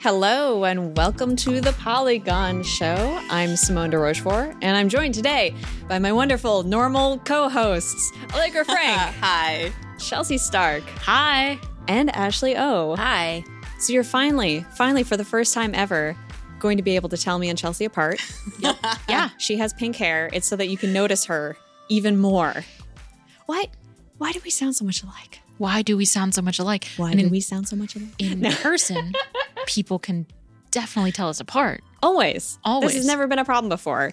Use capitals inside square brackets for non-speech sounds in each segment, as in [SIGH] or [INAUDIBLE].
Hello and welcome to the Polygon Show. I'm Simone de Rochefort, and I'm joined today by my wonderful normal co-hosts, [LAUGHS] Allegra Frank, Hi. Chelsea Stark, Hi. and Ashley O. Hi. So you're finally, finally for the first time ever, going to be able to tell me and Chelsea apart. yeah, she has pink hair. It's so that you can notice her even more. What? Why do we sound so much alike? why do we sound so much alike? Why And do in, we sound so much alike? [LAUGHS] in person, people can definitely tell us apart. Always. This Always. has never been a problem before.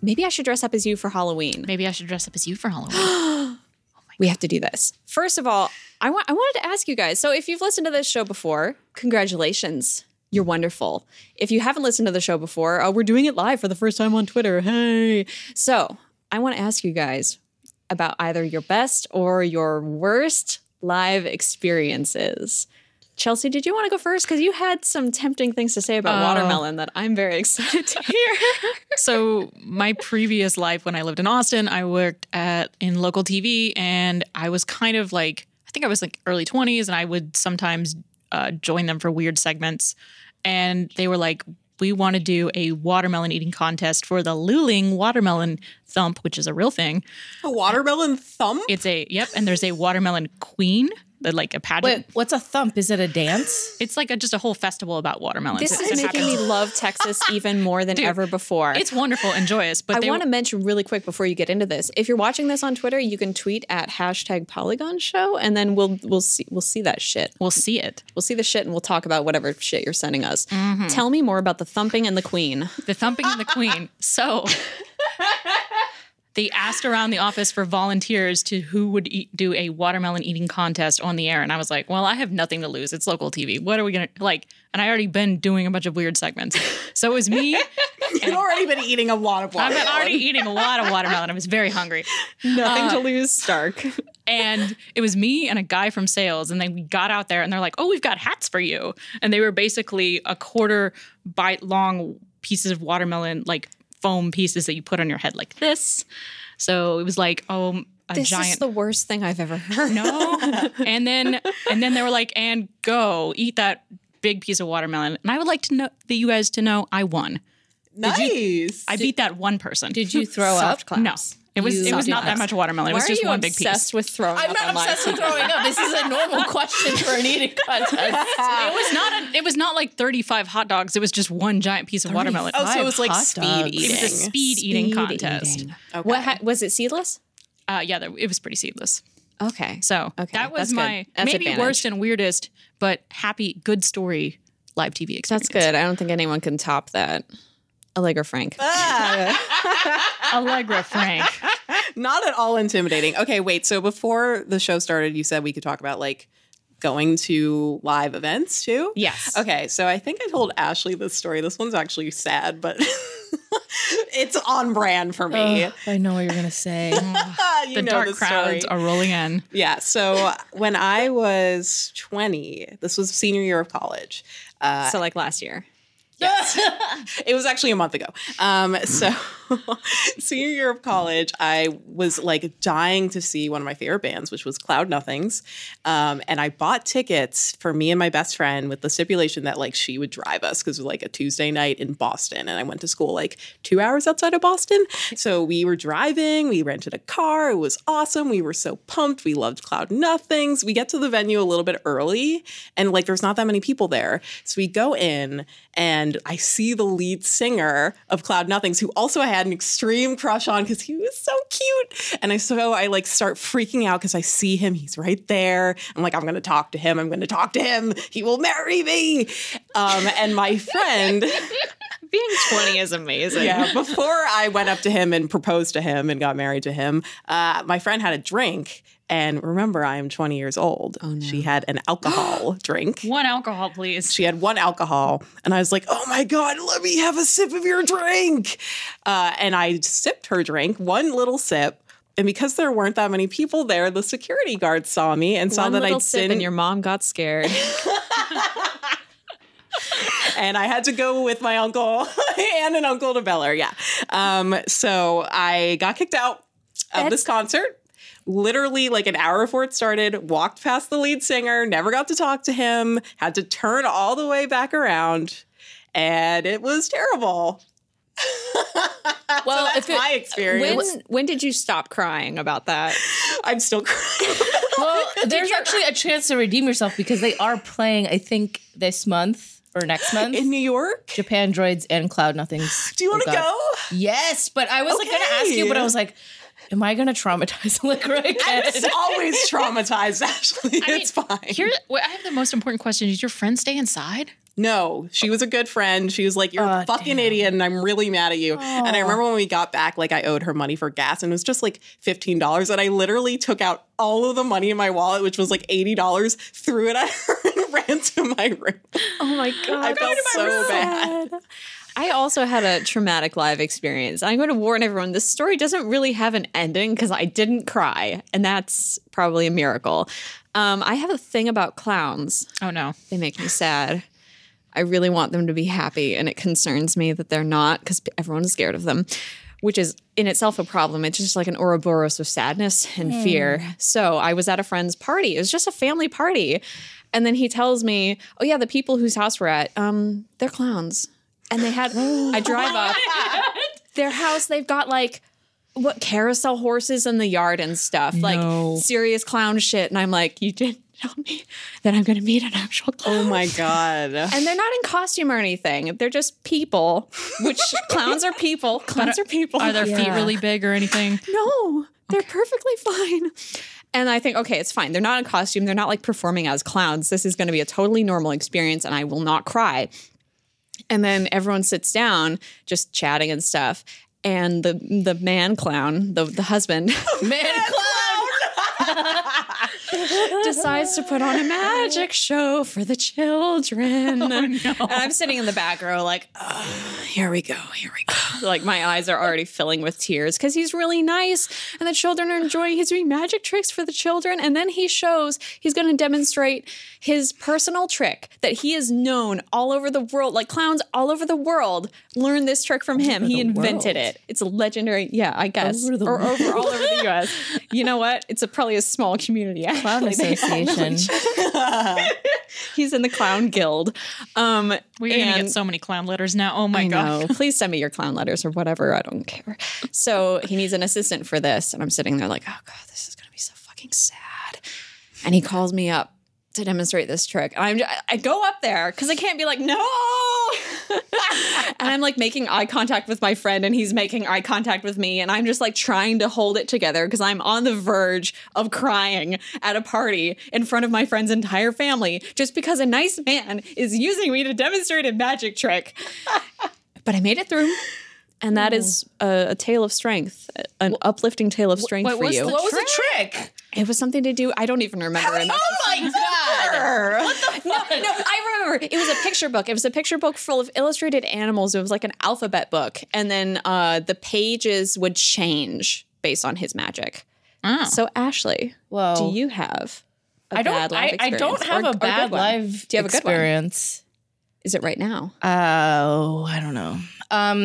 Maybe I should dress up as you for Halloween. Maybe I should dress up as you for Halloween. We have to do this. First of all, I want I wanted to ask you guys. So if you've listened to this show before, congratulations. You're wonderful. If you haven't listened to the show before, uh, we're doing it live for the first time on Twitter. Hey. So I want to ask you guys about either your best or your worst live experiences. Chelsea, did you want to go first? Because you had some tempting things to say about Oh. watermelon that I'm very excited to hear. [LAUGHS] so, my previous life when I lived in Austin, I worked at in local TV and I was kind of like I think I was like early 20s and I would sometimes uh, join them for weird segments and they were like we want to do a watermelon eating contest for the Luling watermelon thump, which is a real thing. A watermelon [LAUGHS] thumb? It's a yep, and there's a watermelon queen that like a pageant. Wait, what's a thump? Is it a dance? It's like a, just a whole festival about [LAUGHS] watermelons. this It- is it making me happens- love Texas even more than ever before. It's wonderful and joyous, but I they want to mention really quick before you get into this. If you're watching this on Twitter, you can tweet at hashtag Polygon Show, and then we'll we'll see we'll see that shit. will see it. We'll see the shit, and we'll talk about whatever shit you're sending us. Mm-hmm. Tell me more about the thumping and the queen. [LAUGHS] The thumping and the queen. So they asked around the office for volunteers to who would eat, do a watermelon eating contest on the air, and I was like, well, I have nothing to lose. It's local TV. What are we gonna like? And I already been doing a bunch of weird segments, so it was me. You've already been eating a lot of I've watermelon. been already eating a lot of watermelon. I was very hungry. Nothing to lose, Stark. and it was me and a guy from sales and then we got out there and they're like oh we've got hats for you and they were basically a quarter bite long pieces of watermelon like foam pieces that you put on your head like this so it was like oh [LAUGHS] a this giant is the worst thing I've ever heard. [LAUGHS] no and then and then they were like and go eat that big piece of watermelon and i would like to know that you guys to know i won nice. i beat that one person Did you throw Soft up? claps. no it was You- it was Soft not that much claps. watermelon it Why was are just you one big piece obsessed with throwing I'm up not on live obsessed TV? [LAUGHS] with throwing up. This is [LAUGHS] a normal question for an eating contest. it was not a, it was not like 35 hot dogs it was just one giant piece of watermelon oh, so it Five was like hot speed dogs. eating. it was a speed, eating Speed contest eating. What ha- was it? Seedless? uh yeah there, it was pretty seedless Okay. so Okay, that's that was good. my That's maybe advantage. worst and weirdest but happy good story live tv that's experience good. I don't think anyone can top that. Allegra Frank. [LAUGHS] allegra frank [LAUGHS] Not at all intimidating. Okay, wait. So before the show started, you said we could talk about like going to live events too? Yes. Okay, so I think I told Ashley this story. This one's actually sad, but [LAUGHS] it's on brand for me. Ugh, I know what you're [LAUGHS] gonna say. Ah, you the know dark this crowds story. are rolling in Yeah. So when I was 20, this was senior year of college. so like last year. It was actually a month ago. Um, so [LAUGHS] senior year of college, I was like dying to see one of my favorite bands, which was Cloud Nothings. Um, and I bought tickets for me and my best friend with the stipulation that like she would drive us because it was like a Tuesday night in Boston. And I went to school like two hours outside of Boston. So we were driving, we rented a car. It was awesome. We were so pumped. We loved Cloud Nothings. We get to the venue a little bit early and like there's not that many people there. So we go in and I see the lead singer of Cloud Nothings, who also I had an extreme crush on because he was so cute. And I so I like start freaking out because I see him. He's right there. I'm like, I'm gonna talk to him. I'm gonna talk to him. He will marry me. Um, and my friend. Being 20 is amazing. [LAUGHS] Yeah, before I went up to him and proposed to him and got married to him, uh, my friend had a drink. And remember, I am 20 years old. Oh, She had an [GASPS] alcohol drink. one alcohol please [LAUGHS] She had one alcohol, and I was like, "Oh my god, let me have a sip of your drink." Uh, and I sipped her drink, one little sip, and because there weren't that many people there, the security guard saw me and saw One that I little didn't. sip and your mom got scared. and I had to go with my uncle [LAUGHS] and an uncle to Bel Air. Yeah. Um, so I got kicked out of this concert. literally like an hour before it started, walked past the lead singer, never got to talk to him, had to turn all the way back around, and it was terrible. [LAUGHS] Well, That's if it- my experience. [LAUGHS] When when did you stop crying about that? I'm still crying. well, there's actually a chance to redeem yourself because they are playing, I think, this month or next month. in New York. Japan Droids and Cloud Nothings. Do you want to go? Yes, but I was like gonna ask you, but I Okay. was like, am I gonna traumatize [LAUGHS] Liquor again? It's always traumatized, Ashley. it's fine. Here, wait, I have the most important question: Did your friend stay inside? No, she was a good friend. She was like, You're Aw, a fucking damn. idiot, and I'm really mad at you. And I remember when we got back, like, I owed her money for gas, and it was just like $15. And I literally took out all of the money in my wallet, which was like $80, threw it at her, [LAUGHS] and ran to my room. [LAUGHS] Oh my god. I felt so bad. I also had a traumatic live experience. I'm going to warn everyone this story doesn't really have an ending because I didn't cry, and that's probably a miracle. Um, I have a thing about clowns, Oh no! they make me sad. I really want them to be happy, and it concerns me that they're not because everyone is scared of them, which is in itself a problem. It's just like an Ouroboros of sadness and fear. So I was at a friend's party. It was just a family party. And then he tells me, Oh, yeah, the people whose house we're at, um, they're clowns. And they had, I drive up their house, they've got like, what carousel horses in the yard and stuff, No. like serious clown shit. And I'm like, you didn't tell me that I'm going to meet an actual clown. Oh my God. And they're not in costume or anything. They're just people, [LAUGHS] which clowns are people. Clowns are people. Are their feet Yeah. really big [LAUGHS] or anything? No, they're perfectly fine. And I think, okay, it's fine. They're not in costume. They're not like performing as clowns. This is going to be a totally normal experience and I will not cry. And then everyone sits down, just chatting and stuff. And the the man clown, the, the husband, [LAUGHS] Man, Cloud! decides to put on a [LAUGHS] magic show for the Oh, children. And I'm sitting in the back row, like, Here we go. Here we go. [SIGHS] like my eyes are already filling with tears because he's really nice and the children are enjoying he's doing magic tricks for the children and then he shows he's going to demonstrate his personal trick that he is known all over the world like clowns all over the world learn this trick from him he invented world. it it's a legendary yeah i guess Over the or over all over the us you know what it's a, probably a small community Clown actually. They all know Association. each he's in the clown guild um We're gonna and- get so many clown letters now. Oh my I god! know. [LAUGHS] Please send me your clown letters or whatever. I don't care. So he needs an assistant for this. And I'm sitting there like, oh God, this is going to be so fucking sad. And he calls me up to demonstrate this trick. And I'm, ju- I go up there because I can't be like, no. [LAUGHS] and I'm like making eye contact with my friend and he's making eye contact with me. And I'm just like trying to hold it together because I'm on the verge of crying at a party in front of my friend's entire family just because a nice man is using me to demonstrate a magic [LAUGHS] trick but I made it through. And that is a, a tale of strength, an uplifting tale of strength what for was you. the- What was the trick? it was something to do. I don't even remember. anymore. Oh my god! no, I remember. It was a picture book. It was a picture book full of illustrated animals. It was like an alphabet book, and then uh, the pages would change based on his magic. Oh. So, Ashley, Whoa. do you have? I Ah. Oh. I don't. Bad life I, I don't experience have or- or a good bad one? live Do you have a good one? experience. Is it right now? Oh, I don't know. Um,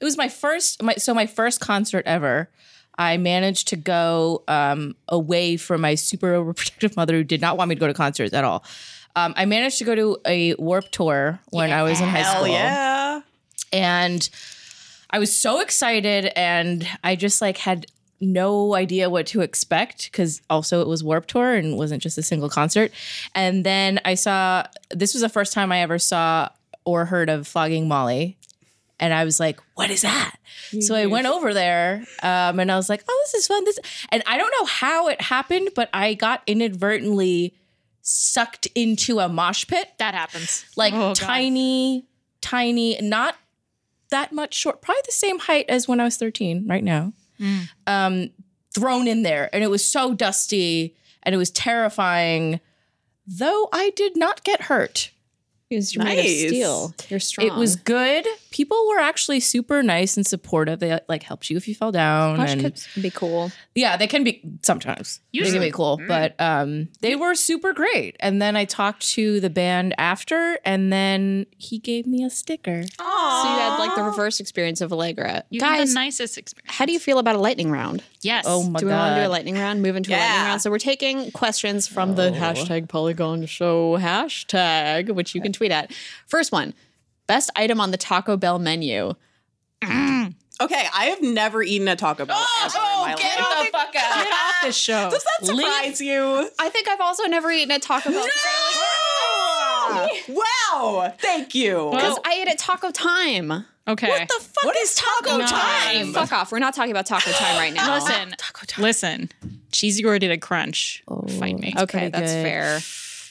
it was my first. My so my first concert ever. I managed to go um, away from my super overprotective [LAUGHS] mother, who did not want me to go to concerts at all. Um, I managed to go to a Warp tour when I was in high Hell school, yeah. and I was so excited, and I just like had no idea what to expect because also it was Warp Tour and wasn't just a single concert. And then I saw this was the first time I ever saw or heard of Flogging Molly. And I was like, "What is that?" So I went over there, um, and I was like, "Oh, this is fun." This, and I don't know how it happened, but I got inadvertently sucked into a mosh pit That happens. like Oh, God. tiny, tiny, not that much short, probably the same height as when I was 13 right now. Mm. Um, thrown in there. And it was so dusty and it was terrifying, though I did not get hurt. Because you're made of Nice. steel. You're strong. It was good. people were actually super nice and supportive. They like helped you if you fell down. Mosh and- pits would be cool. yeah, they can be sometimes. they Usually. Mm. can be cool, but um, they were super great. And then I talked to the band after, and then he gave me a sticker. So you had like the reverse experience of Allegra. You had Guys, the nicest experience. how do you feel about a lightning round? Yes. Oh my do we want god! to do a lightning round? Move into a lightning Yeah. round. So we're taking questions from the hashtag Polygon Show hashtag, which you can tweet at. First one: best item on the Taco Bell menu. Okay, I have never eaten a Taco Bell. ever in my Oh, get life. the fuck out! Get off this show. Does that surprise you? I think I've also never eaten at Taco Bell Wow! Thank you. because I ate at Taco Time. okay. What the fuck is Taco No. Time? Fuck off! We're not talking about Taco Time right now. [LAUGHS] Listen, listen. Cheesy Gore did a crunch. Fight me. okay, that's good. fair.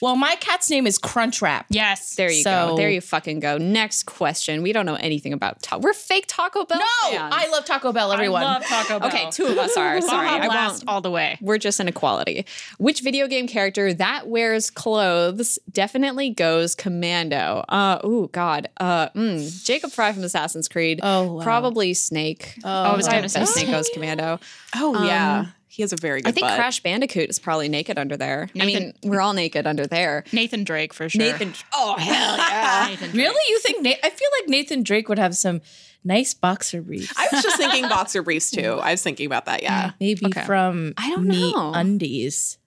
Well, my cat's name is Crunchwrap. Yes. There you go. So- There you fucking go. Next question. We don't know anything about Taco. We're fake Taco Bell. No, fans. Oh, I love Taco Bell. Everyone. I love Taco Bell. Okay, two of us [LAUGHS] are. Sorry, Baja I Blast won't. all the way. We're just an equality. Which video game character that wears clothes definitely goes commando? Uh, ooh, God. Uh, mm, Jacob Fry from Assassin's Creed. Oh, wow. probably Snake. Oh, I was gonna say Snake [GASPS] goes commando. Oh yeah, he has a very good. I think butt. Crash Bandicoot is probably naked under there. I mean, we're all naked under there. Nathan Drake for sure. Ah, Nathan, oh hell yeah! Nathan Drake. Really, you think? Na- I feel like Nathan Drake would have some nice boxer briefs, [LAUGHS] I was just thinking boxer briefs too. I was thinking about [LAUGHS] that. Yeah. maybe Okay. from I don't Me know. Undies.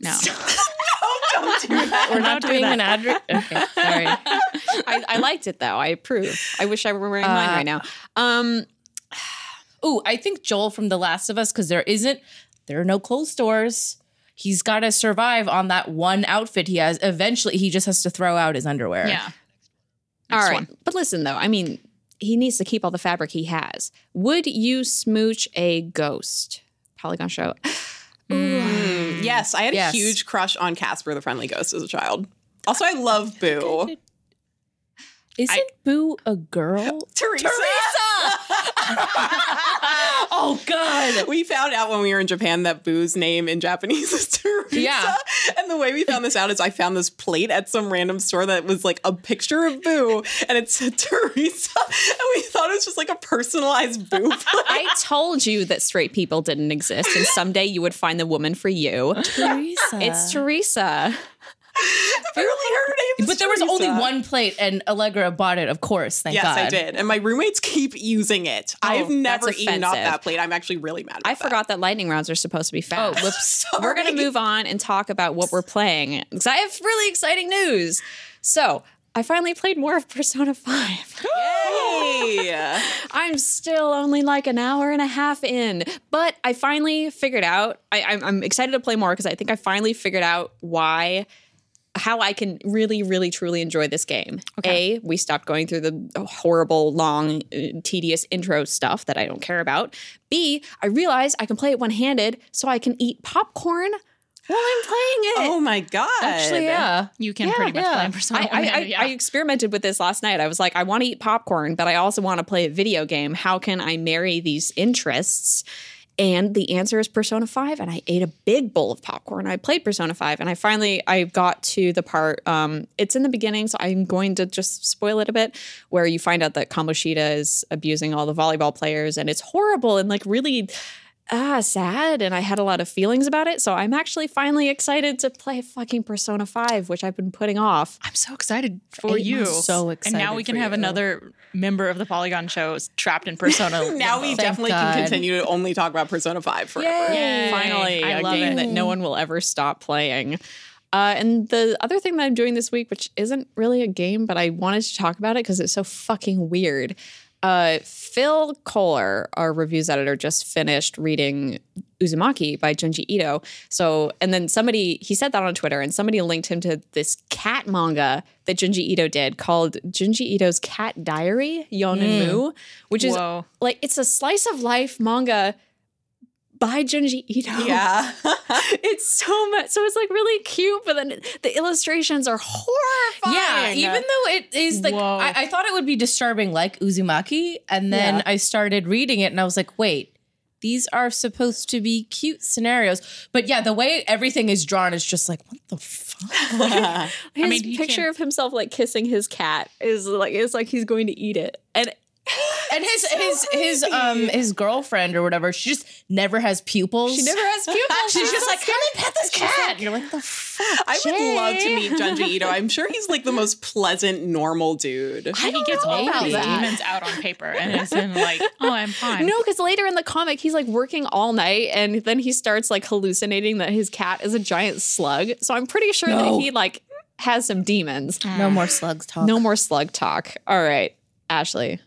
No. oh, don't do that. We're not not do doing that. an ad. re- Okay, sorry. [LAUGHS] I, I liked it though. I approve. I wish I were wearing mine Uh, right now. Um, Ooh, I think Joel from The Last of Us, because there isn't, there are no clothes stores. He's got to survive on that one outfit he has. Eventually, he just has to throw out his underwear. Yeah. All Next right. one. But listen, though, I mean, he needs to keep all the fabric he has. Would you smooch a ghost? Polygon show. Mm, yes, I had Yes. a huge crush on Casper the Friendly Ghost as a child. Also, I love Boo. Isn't Boo a girl? Teresa. Oh God! We found out when we were in Japan that Boo's name in Japanese [LAUGHS] is Teresa. Yeah. And the way we found this out is I found this plate at some random store that was like a picture of Boo and it said Teresa. [LAUGHS] And we thought it was just like a personalized Boo [LAUGHS] plate. I told you that straight people didn't exist, and someday you would find the woman for you. Teresa. It's Teresa. Apparently her name but there was only one plate, and Allegra bought it, of course. Thank Yes, God. I did. And my roommates keep using it. Oh, I've never that's eaten off offensive. that plate. I'm actually really mad about I forgot that lightning rounds are supposed to be Oh, fast. whoops. [LAUGHS] We're going to move on and talk about what we're playing because I have really exciting news. So, I finally played more of Persona [LAUGHS] [GASPS] 5. Hey. [LAUGHS] I'm still only like an hour and a half in, but I finally figured out. I, I'm, I'm excited to play more because I think I finally figured out why, how I can really, really, truly enjoy this game. A, we stopped going through the horrible, long, uh, tedious intro stuff that I don't care about. B, I realized I can play it one handed, so I can eat popcorn while I'm playing it. oh my god. Actually, yeah. You can pretty much yeah. blame for I, someone. I, I, yeah. I experimented with this last night. I was like, I want to eat popcorn, but I also want to play a video game. How can I marry these interests? And the answer is Persona 5. And I ate a big bowl of popcorn. I played Persona 5. And I finally I got to the part, um, it's in the beginning, so I'm going to just spoil it a bit, where you find out that Kamoshida is abusing all the volleyball players, and it's horrible and like really ah, sad, and I had a lot of feelings about it. So I'm actually finally excited to play fucking Persona 5, which I've been putting off. I'm so excited for I'm you. And so now excited we can for have you. another member of the Polygon show trapped in [LAUGHS] persona. Now we limbo. definitely God. can continue to only talk about Persona 5 forever. Yay. Finally, I a love game it. that no one will ever stop playing. Uh, and the other thing that I'm doing this week, which isn't really a game, but I wanted to talk about it because it's so fucking weird. Uh, Phil Kohler, our reviews editor, just finished reading Uzumaki by Junji Ito. So, and then somebody, he said that on Twitter, and somebody linked him to this cat manga that Junji Ito did called Junji Ito's Cat Diary, Yon and Mu, which is Mm. Whoa. like it's a slice of life manga by Junji Ito. Yeah. [LAUGHS] [LAUGHS] It's so much. So it's like really cute, but then the illustrations are horrifying. Yeah, even though it is like Whoa. I, I thought it would be disturbing, like Uzumaki, and then Yeah. I started reading it and I was like, wait, these are supposed to be cute scenarios. But yeah, the way everything is drawn is just like, what [LAUGHS] the fuck? His mean, he picture can't- of himself like kissing his cat is like it's like he's going to eat it, and And his his his um his girlfriend or whatever, she just never has pupils. she never [LAUGHS] has pupils. [LAUGHS] She's just [LAUGHS] like, come and pet this cat. You're like, the I would love to meet Junji Ito. I'm sure he's like the most pleasant, normal dude. I he gets know all about of his that. demons out on paper and is in like, oh, [LAUGHS] I'm fine. No, because later in the comic, he's like working all night and then he starts like hallucinating that his cat is a giant slug. So I'm pretty sure No. that he like has some demons. Mm. No more slugs talk. No more slug talk. All right, Ashley,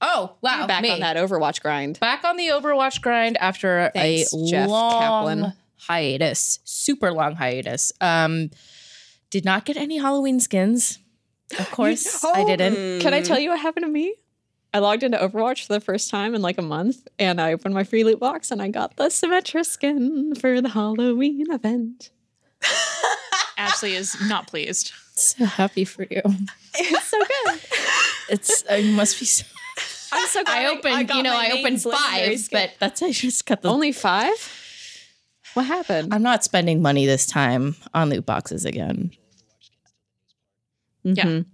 Oh wow, back me. on that Overwatch grind. Back on the Overwatch grind after Thanks, a Jeff long Kaplan. hiatus, super long hiatus. Um, did not get any Halloween skins. [LAUGHS] Of course, I didn't. Can Hmm. I Mm. tell you what happened to me? I logged into Overwatch for the first time in like a month and I opened my free loot box and I got the Symmetra skin for the Halloween event. Ashley is not pleased. [LAUGHS] So happy for you. It's so good. [LAUGHS] It's I must be. So, [LAUGHS] I'm so glad I opened, got you know, my I main opened legendary five, skin. but that's I just cut the. only five? What happened? I'm not spending money this time on loot boxes again. Yeah. Mhm.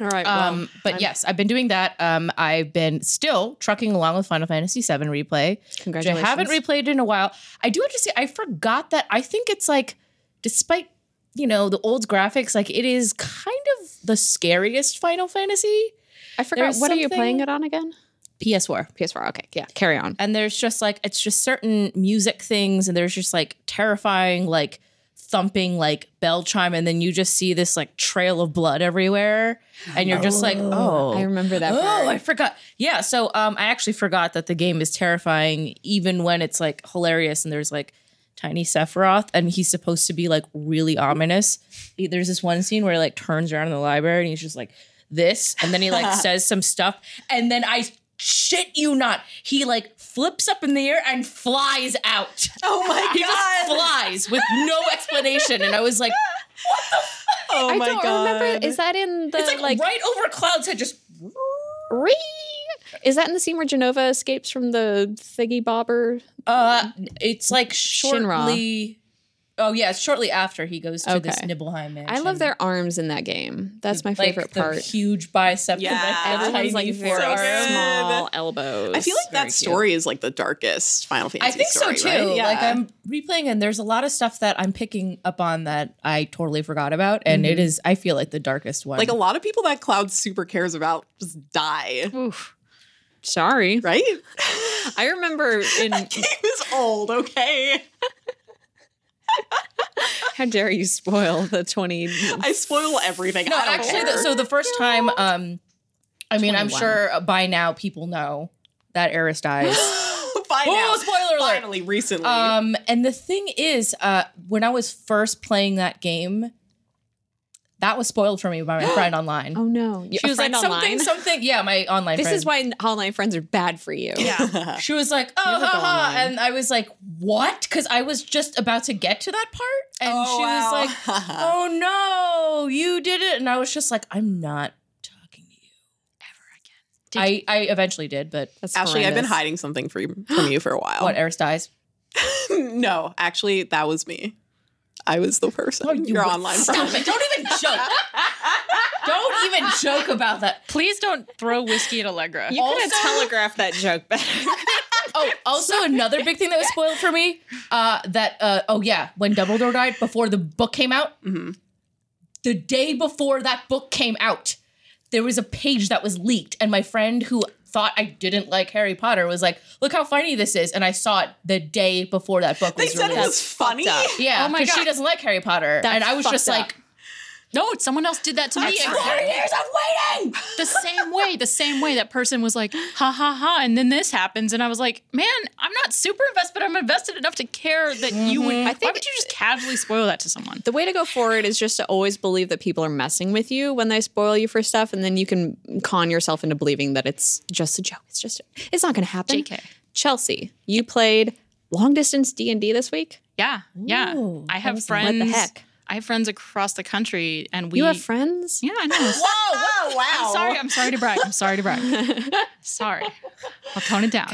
All right. Well, Um, but I'm- yes, I've been doing that. Um, I've been still trucking along with Final Fantasy VII replay. which I congratulations. haven't replayed in a while. I do have to say, I forgot that. I think it's like, despite you know the old graphics, like it is kind of the scariest Final Fantasy I forgot. What there's are you playing something- it on again? PS4. PS4. Okay. Yeah. Carry on. And there's just like it's just certain music things, and there's just like terrifying like thumping like bell chime, and then you just see this like trail of blood everywhere, and you're just like, oh, I remember that. Oh, part. I forgot. Yeah, so um, I actually forgot that the game is terrifying, even when it's like hilarious and there's like tiny Sephiroth and he's supposed to be like really ominous. He- There's this one scene where he like turns around in the library and he's just like this, and then he like says some stuff, and then I shit you not, he like flips up in the air and flies out. Oh my He just god! flies with no explanation, and I was like, Oh I my don't god! remember. Is that in the it's [LAUGHS] like, like? right over Cloud's head, just. Ree- Is that in the scene where Genova escapes from the thingy bobber? Uh, it's like Mm-hmm. Shinra. shortly. Oh yeah, it's shortly after he goes to this Okay. Nibelheim mansion. I love their arms in that game. That's my Like, favorite the part. Huge bicep. Yeah. and the Everyone's like tiny very forearm. good. small elbows. I feel like very that cute. story is like the darkest Final I Fantasy. think so story, too. right? Like I'm replaying, and there's a lot of stuff that I'm picking up on that I totally forgot about, and Mm-hmm. it is I feel like the darkest one. like a lot of people that Cloud super cares about just [LAUGHS] die, Oof. sorry. right? I remember in [LAUGHS] he was old, okay. how dare you spoil the twenty. I spoil everything. no, I don't actually, care. the, so the first time, um, I mean, 21. I'm sure by now people know that Eris dies. [GASPS] [LAUGHS] By now, oh, spoiler alert! finally, recently. [LAUGHS] Um, and the thing is, uh, when I was first playing that game, that was spoiled for me [GASPS] by my friend online. Oh no! she was like something, something. Yeah, my online. This friend. is why online friends are bad for you. she was like, "Oh, Never go ha, ha," online. and I was like, "What?" Because I was just about to get to that part, and Oh, she wow. [LAUGHS] was like, "Oh no, you did it!" And I was just like, "I'm not talking to you ever again." I I eventually did, but That's Ashley, I've been horrendous. hiding something for you, from you for a while. what? Eris dies. [LAUGHS] no, actually, that was me. I was the person. Oh, you Your would- online [LAUGHS] Stop [LAUGHS] friend. it! Don't even joke. Don't even joke about that. Please don't throw whiskey at Allegra. You could have Also- telegraphed that joke better. Oh, also another big thing that was spoiled for me. Uh, that uh, oh yeah, when Dumbledore died before the book came out, Mm-hmm. the day before that book came out, there was a page that was leaked, and my friend who thought I didn't like Harry Potter was like, "Look how funny this is," and I saw it the day before that book They was said it released. was funny. [LAUGHS] up. yeah, Oh my 'cause God. she doesn't like Harry Potter, That's and I was fucked just up. like, No, someone else did that to me. four years of waiting. the same way, the same way that person was like, ha ha ha, and then this happens, and I was like, man, I'm not super invested, but I'm invested enough to care that you would. I think why think- would you just casually spoil that to someone? the way to go forward is just to always believe that people are messing with you when they spoil you for stuff, and then you can con yourself into believing that it's just a joke. It's just it's not going to happen. JK. Chelsea, you played long distance D and D this week. Yeah, yeah. Ooh, I that have was- friends. what the heck? I have friends across the country, and we. you have friends. Yeah, I know. Oh, wow. I'm sorry. I'm sorry to brag. I'm sorry to brag. sorry. I'll tone it down.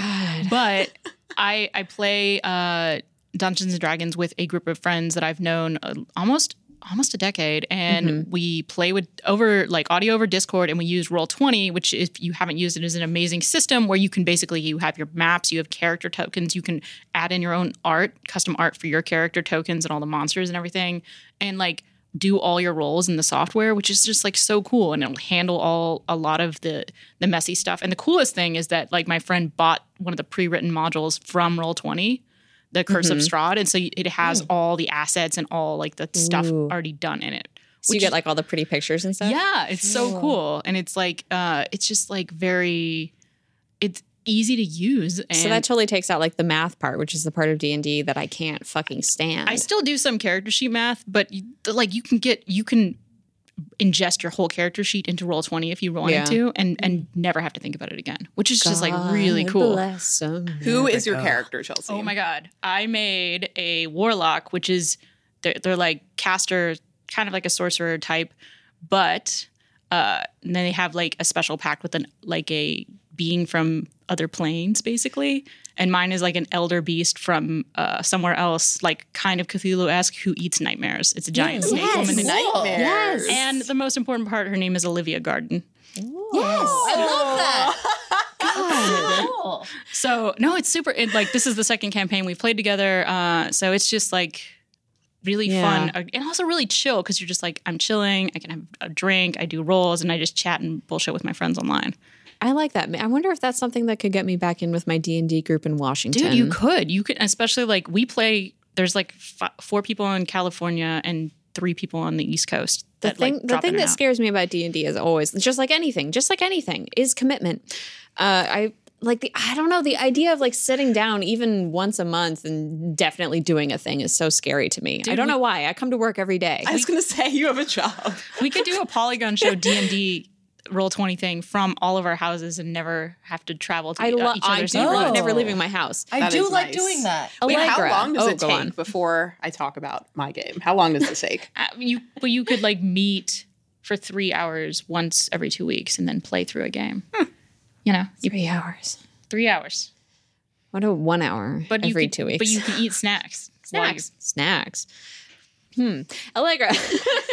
But I I play uh, Dungeons and Dragons with a group of friends that I've known uh, almost almost a decade, and we play with over like audio over Discord, and we use Roll Twenty, which if you haven't used it, is an amazing system where you can basically you have your maps, you have character tokens, you can add in your own art, custom art for your character tokens and all the monsters and everything, and like do all your roles in the software, which is just like so cool, and it'll handle all a lot of the the messy stuff. And the coolest thing is that like my friend bought one of the pre written modules from Roll Twenty, the Curse of Mm-hmm. Strahd, and so it has all the assets and all like the stuff Ooh. already done in it. So you get like all the pretty pictures and stuff. Yeah, it's so cool, and it's like uh, it's just like very, it's easy to use. And so that totally takes out like the math part, which is the part of D and D that I can't fucking stand. I still do some character sheet math, but you, like you can get you can ingest your whole character sheet into roll 20 if you wanted Yeah. to and and never have to think about it again which is just like really God cool bless America. Who is your character, Chelsea? Oh my god! I made a warlock, which is they're, they're like caster, kind of like a sorcerer type, but uh, and then they have like a special pact with an like a being from other planes, basically. And mine is like an elder beast from uh, somewhere else, like kind of Cthulhu esque, who eats nightmares. It's a giant snake Yes. woman. Cool. Nightmares. And the most important part, her name is Olivia Garden. I love that. [LAUGHS] Cool. So no, it's super. It, like this is the second campaign we've played together. Uh, so it's just like really Yeah. fun uh, and also really chill because you're just like I'm chilling. I can have a drink. I do rolls and I just chat and bullshit with my friends online. I like that. I wonder if that's something that could get me back in with my D and D group in Washington. Dude, you could. You could especially like we play. There's like f- four people in California and three people on the East Coast. the that, thing like, the drop in thing and that out. scares me about d&d is always just like anything just like anything is commitment uh, i like the i don't know the idea of like sitting down even once a month and definitely doing a thing is so scary to me i don't know why i come to work every day I was gonna say you have a job. we could do a [LAUGHS] Polygon Show DMD roll twenty thing from all of our houses and never have to travel to i, uh, each lo- I other's do love neighborhoods. never leaving my house I That do is like nice. doing that. [LAUGHS] Wait, Allegra. how long does Oh, it go take on. before I talk about my game? How long does it take? Uh, you but you could like meet for three hours once every two weeks and then play through a game. You know, you, three hours three hours, what a one hour but you every could- two weeks But [LAUGHS] you can eat snacks. while you- snacks snacks hmm [LAUGHS] allegra [LAUGHS]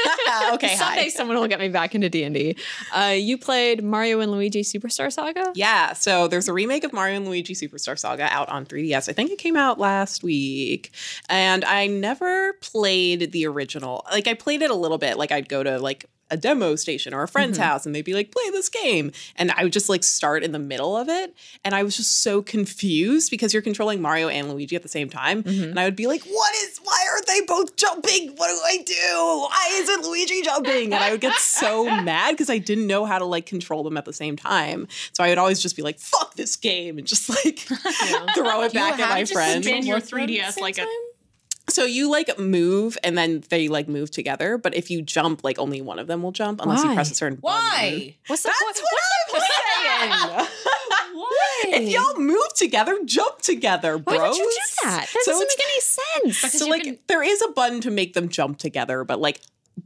okay, someday hi. someone will get me back into d&d uh, you played mario and luigi superstar saga Yeah, so there's a remake of Mario and Luigi Superstar Saga out on 3DS. I think it came out last week. And I never played the original. Like I played it a little bit. Like I'd go to like a demo station or a friend's house and they'd be like, play this game. And I would just like start in the middle of it. And I was just so confused because you're controlling Mario and Luigi at the same time. And I would be like, what is, why are they both jumping? What do I do? Why isn't Luigi jumping? And I would get so mad because I didn't know how to like control them at the same time. So I would always just be like, fuck this game and just [LAUGHS] like [LAUGHS] throw it back at my friends. spin your 3DS like a- So you like move and then they like move together, but if you jump, like only one of them will jump unless Why? you press a certain button. Why? what's the That's point- what I'm saying. [LAUGHS] if y'all move together, jump together, bros. Why would you do that? That So doesn't it's- make any sense. So like there is a button to make them jump together, but like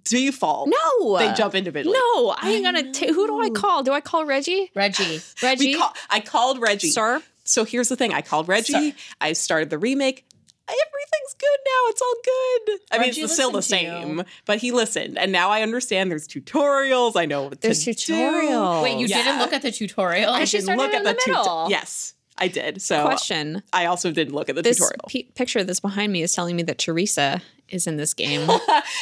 default, No, they jump individually. No, I ain't gonna. T- who do I call? Do I call Reggie? Reggie. Reggie, We call- I called Reggie. sir. So here's the thing. I called Reggie. I started the remake. Everything's good now. It's all good. I mean, Reggie it's still the listened to you. same, but he listened, and now I understand. There's tutorials. I know what There's to do. tutorial. Wait, you Oh, Yeah. didn't look at the tutorial? I I She didn't started look in at the the middle. tutorial. Yes, I did. uh, So Question. I also didn't look at the This tutorial. pe- picture that's behind me is telling me that Teresa is in this [LAUGHS] game.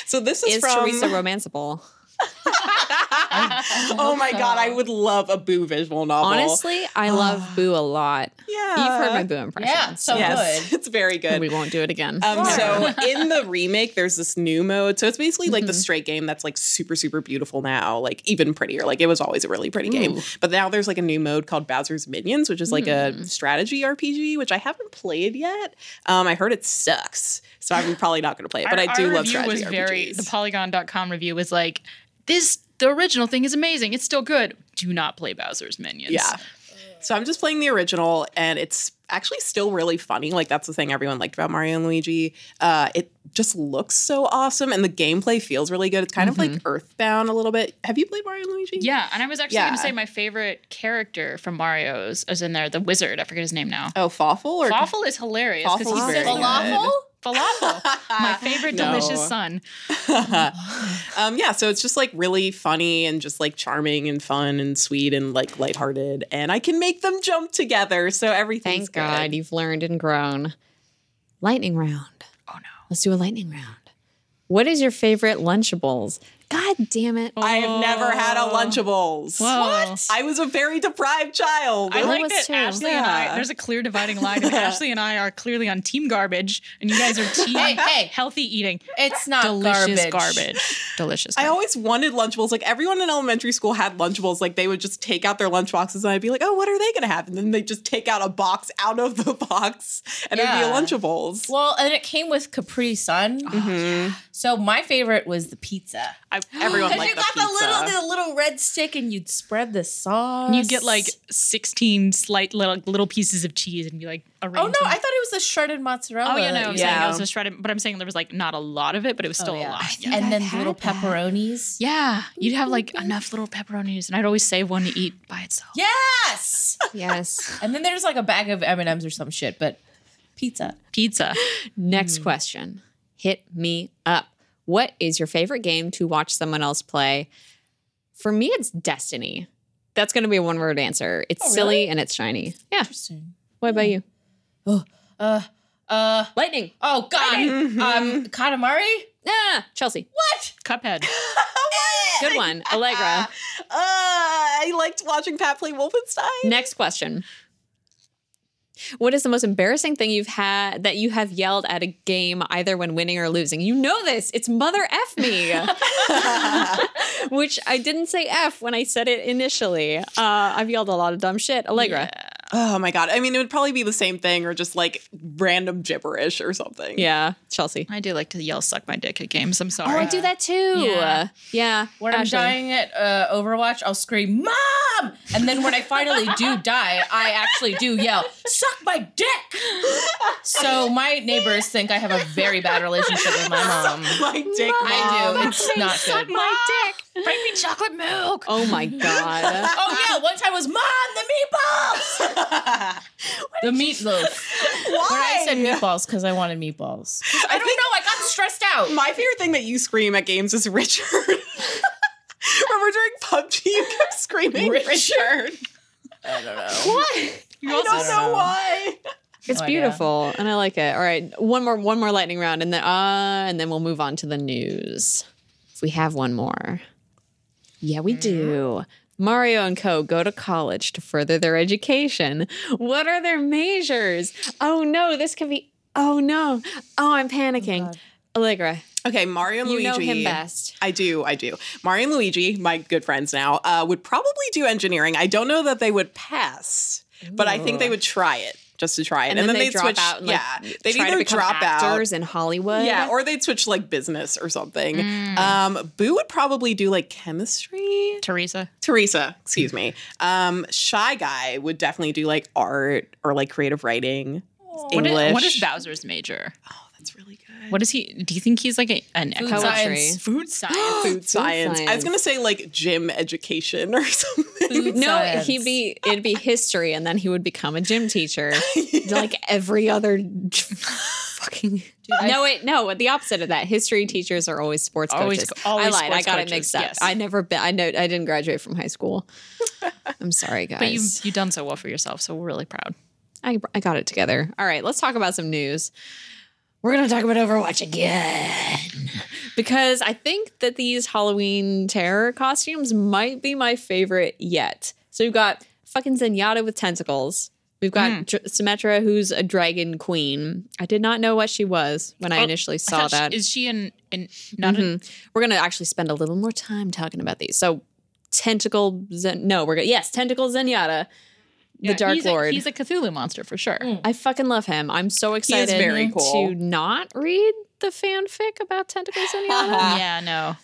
So this is, is from. Teresa romanceable? [LAUGHS] oh my god! I would love a Boo visual novel. Honestly, I love Boo a lot. yeah, You've heard my Boo impression. yeah, so Yes, good. [LAUGHS] it's very good. we won't do it again. Um, so in the remake, there's this new mode. So it's basically like the straight game that's like super, super beautiful now, like even prettier. Like it was always a really pretty game. But now there's like a new mode called Bowser's Minions, which is like a strategy RPG, which I haven't played yet. Um, I heard it sucks. So I'm probably not going to play it, but I Our- do our love review strategy was very RPGs. the polygon.com review was like this the original thing is amazing. It's still good. Do not play Bowser's Minions. yeah. So I'm just playing the original and it's actually still really funny. Like that's the thing everyone liked about Mario and Luigi. Uh, it just looks so awesome, and the gameplay feels really good. It's kind of like Earthbound a little bit. Have you played Mario and Luigi? Yeah, and I was actually Yeah. going to say my favorite character from Mario's is in there, the wizard. I forget his name now. Oh, Fawful or Falafel is hilarious because Fawfel's he very says good. Falafel? falafel. My favorite No. delicious son. um, yeah, so it's just like really funny and just like charming and fun and sweet and like lighthearted. And I can make them jump together. So everything's Thank God good. you've learned and grown. Lightning round. Oh no. Let's do a lightning round. What is your favorite Lunchables? God damn it. I have never had a Lunchables. Whoa. I was a very deprived child. I Well, like was that too. Ashley and Yeah. I. There's a clear dividing line. and Ashley and I are clearly on team garbage, and you guys are team [LAUGHS] Hey, hey. healthy eating. It's not Delicious garbage. garbage. Delicious. I garbage. always wanted Lunchables. Like everyone in elementary school had Lunchables. Like they would just take out their lunchboxes and I'd be like, oh, what are they going to have? And then they just take out a box out of the [LAUGHS] box and Yeah. it'd be a Lunchables. Well, and it came with Capri Sun. Oh, So my favorite was the pizza. I, everyone Because liked you the got [LAUGHS] the pizza. little the little red stick and you'd spread the sauce. And you get like 16 slight little little pieces of cheese and be like, arrange Oh no, them. I thought it was the shredded mozzarella. Oh yeah, no, that I'm you- saying Yeah. it was a shredded, but I'm saying there was like not a lot of it, but it was still Oh, yeah. a lot. Yeah. And then I've the little had that. pepperonis. Yeah, you'd have like enough little pepperonis, and I'd always save one to eat by itself. Yes. [LAUGHS] Yes. and then there's like a bag of M and M's or some shit, but pizza. Pizza. Next question. Hit me up. What is your favorite game to watch someone else play? For me, it's Destiny. That's going to be a one word answer. It's silly and it's shiny. Yeah. Interesting. What about you? Uh. Uh. Lightning. Oh God. Um. Katamari. Ah, Chelsea. What? Cuphead. Good one. Allegra. Oh, Uh, I liked watching Pat play Wolfenstein. Next question. What is the most embarrassing thing you've had that you have yelled at a game, either when winning or losing? You know this. It's mother F [LAUGHS] me, which I didn't say F when I said it initially. Uh, I've yelled a lot of dumb shit. Allegra. Oh my god. I mean, it would probably be the same thing or just like random gibberish or something. Yeah. [LAUGHS] Chelsea. I do like to yell "suck my dick" at games. I'm Oh, sorry. I do that too. Yeah. Yeah. When Ashley. I'm dying at uh, Overwatch, I'll scream "Mom!" and then when I finally do die, I actually do yell "Suck my dick!" So my neighbors think I have a very bad relationship with my mom. My dick. I do. mom. It's not Suck good. my dick. Bring me chocolate milk. Oh my God. Oh yeah, one time was "Mom, the meatballs!" the meatloaf. Why? When I said meatballs, because I wanted meatballs. 'Cause I don't know. I got stressed out. My favorite thing that you scream at games is Richard. [LAUGHS] when we're doing PUBG, you kept screaming Richard? Richard. I don't know. You I don't know why. It's No idea. beautiful, and I like it. All right, one more, one more lightning round, and then uh, and then we'll move on to the news. If we have one more, yeah, we Mm-hmm. do. Mario and Co. go to college to further their education. What are their majors? Oh no, this could be. Oh no. Oh, I'm panicking. Allegra, Okay, Mario and you Luigi. know him best. I do, I do. Mario and Luigi, my good friends now, uh, would probably do engineering. I don't know that they would pass, but I think they would try it just to try it, and, And, then, then, they would drop switch. out. And, like, yeah, they'd try to either become drop out actors in Hollywood. Yeah, or they'd switch to like business or something. Mm. Um, Boo would probably do like chemistry. Teresa. Teresa, excuse me. Um, Shy Guy would definitely do like art or like creative writing. What English. is, what is Bowser's major? Oh, that's really good. What is he? Do you think he's like a, an Food eco- science. Food [GASPS] science. Food science. I was science. gonna say like gym education or [LAUGHS] something. Food No, science. he'd be it'd be history, and then he would become a gym [LAUGHS] teacher, like every other fucking. no, wait, no, the opposite of that. History teachers are always sports Always- coaches. always I lied. I sports got coaches, it mixed up. yes. I never been. I know. I didn't graduate from high [LAUGHS] school. I'm sorry, guys. But you you've done so well for yourself, so we're really proud. I, I got it together. All right, let's talk about some news. We're going to talk about Overwatch again because I think that these Halloween terror costumes might be my favorite yet. So we've got fucking Zenyatta with tentacles. We've got Mm. Dr- Symmetra, who's a dragon queen. I did not know what she was when I initially Oh, I saw thought she- that. Mhm. Is she in in not in We're going to actually spend a little more time talking about these. So, tentacle Zen. No, we're going to. Yes, tentacle Zenyatta, the Yeah, Dark he's Lord. A, he's a Cthulhu monster for sure. I fucking love him. I'm so is excited very cool. to not read the fanfic about [LAUGHS] tentacles in Yana? yeah, no.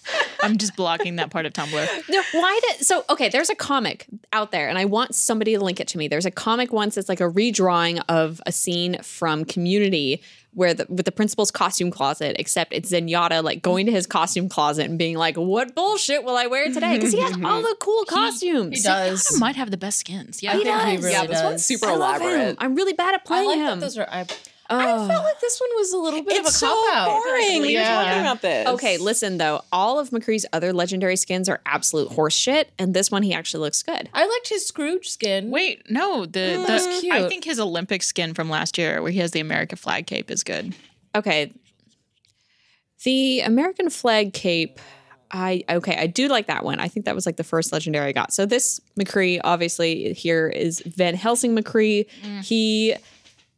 I'm just blocking that part of [LAUGHS] Tumblr. No, why did so okay, there's a comic out there and I want somebody to link it to me. There's a comic once that's like a redrawing of a scene from Community where the, with the principal's costume closet except it's Zenyatta like going to his costume closet and being like, "What bullshit will I wear today?" cuz he [LAUGHS] has all the cool costumes. He does. Zenyatta might have the best skins. Yeah. I He think he does. really Yeah, this one's does. super I love him. elaborate. I'm really bad at I playing like him. that those are. I, Oh. I felt like this one was a little bit It's of a so cop out. boring. We were Yeah. talking about this. Okay, listen though, all of McCree's other legendary skins are absolute horseshit, and this one he actually looks good. I liked his Scrooge skin. Wait, no, the, the that's cute. I think his Olympic skin from last year where he has the America flag cape is good. okay. The American flag cape. I okay, I do like that one. I think that was like the first legendary I got. So this McCree, obviously, here is Van Helsing McCree. Mm. He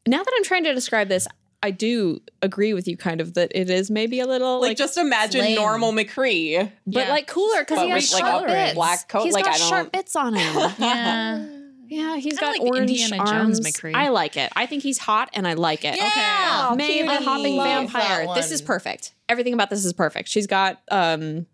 now that I'm trying to describe this, I do agree with you kind of that it is maybe a little Like, like, just imagine lame. normal McCree. but Yeah. like cooler because he But has with, like, a sharp bits. black coat, He's like, got I don't- sharp bits on [LAUGHS] him. [LAUGHS] Yeah. yeah, he's got Kinda like the orange Indiana arms. Jones McCree. I like it. I think he's hot, and I like it. Yeah, Okay. May the cutie. Oh, hopping Love vampire. that This is one. perfect. Everything about this is perfect. She's got um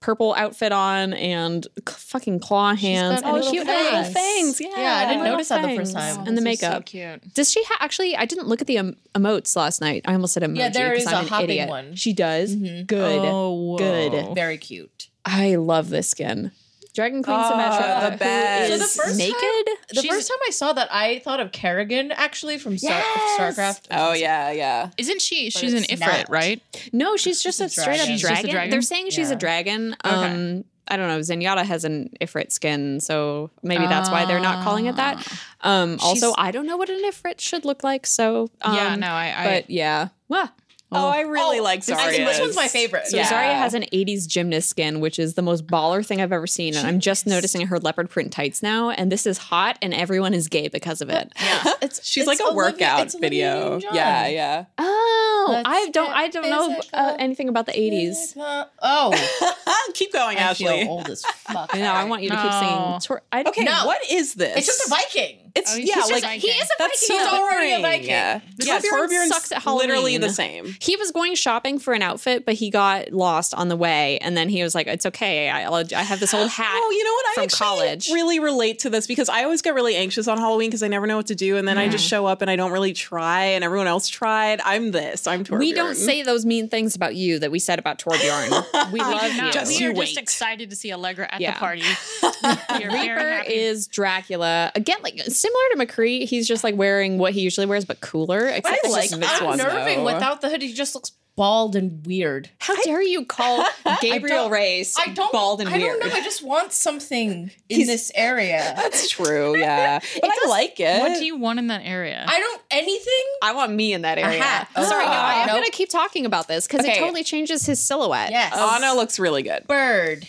purple outfit on and c- fucking claw hands got and little cute fangs. little fangs. Yeah, Yeah, I didn't little notice that the first fangs time. And the This is makeup. So cute. Does she ha- actually? I didn't look at the em- emotes last night. I almost said emoji. Yeah, there 'cause is I'm a an hopping idiot. one. Mm-hmm. She does. Good. Oh, Good. whoa. Very cute. I love this skin. Dragon Queen Oh, Symmetra. the who best. is So Ah, the first time- naked. The She's- first time I saw that, I thought of Kerrigan actually from Star- Yes! StarCraft. Oh yeah, yeah. Isn't she? She's an it's Ifrit, not. right? No, she's just a, She's a straight up dragon. dragon. She's just a dragon? They're saying she's a Yeah. dragon. Okay. Um, I don't know. Zenyatta has an Ifrit skin, so maybe that's why they're not calling it that. Ah. Um, also, She's- I don't know what an Ifrit should look like. So um, yeah, no, I. I but yeah. Wah. Oh, I really like Zarya. I think this one's my favorite. So Yeah. Zarya has an '80s gymnast skin, which is the most baller thing I've ever seen, and I'm just noticing her leopard print tights now. And this is hot, and everyone is gay because of it. [LAUGHS] Yeah. It's, She's it's like a Olivia- workout it's Olivia video. Newton-John. Yeah, yeah. [LAUGHS] [LAUGHS] Oh, Let's I don't, get I don't know physical. uh, anything about the '80s. [LAUGHS] Oh, Keep going, I feel Ashley. old as fuck. [LAUGHS] No, I want you to keep No. singing. Tor- I don't Okay, No. what is this? It's just a Viking. It's Oh, he's yeah, just a like Viking. He is a That's so Viking. He's already a boring. Viking. Yeah, yeah. Torbjorn Torbjorn's sucks at Literally Halloween. the same. he was going shopping for an outfit, but he got lost on the way, and then he was like, "It's okay, I, I'll- I have this old hat." Oh, you know what? I from actually college. really relate to this because I always get really anxious on Halloween because I never know what to do, and then I just show up and I don't really try, and everyone else tried. I'm this. I'm Torbjorn. we don't say those mean things about you that we said about [LAUGHS] Torbjorn. we We love do not. you. Just we you are just wait. excited to see Allegra at Yeah. the [LAUGHS] party. we are very Reaper happy. is Dracula again, like similar to McCree. He's just like wearing what he usually wears, but cooler. Except I it's like just- this one, unnerving. though. Without the hood, he just looks bald and weird. how dare you [LAUGHS] call Gabriel don't- Reyes I don't. bald and I weird? don't know. I just want something in He's- this area. That's true. Yeah, but I like it. what do you want in that area? I don't anything. I want me in that area. hat. Oh. Sorry, no, I am Nope. going to keep talking about this because it Okay. totally changes his silhouette. Yes. Anna looks really good. Bird.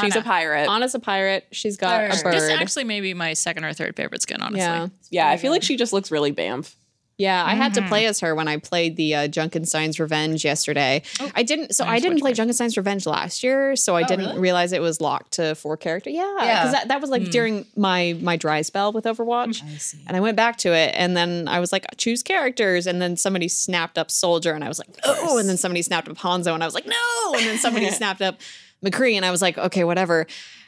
She's a Anna. pirate. Anna's a pirate. She's got a Bird. bird. This actually may be my second or third favorite skin, honestly. yeah. Yeah, I feel like she just looks really bamf. Yeah, I Mm-hmm. had to play as her when I played the uh, Junkenstein's Revenge yesterday. Oh, I didn't, so I didn't play Junkenstein's Revenge last year, so I didn't really? realize it was locked to four character. Yeah, because Yeah. Hmm. that, that was like during my my dry spell with Overwatch, I see. and I went back to it, and then I was like, choose characters, and then somebody snapped up Soldier, and I was like, oh, and then somebody snapped up Hanzo, and I was like, no, and then somebody [LAUGHS] snapped up McCree, and I was like, okay, whatever.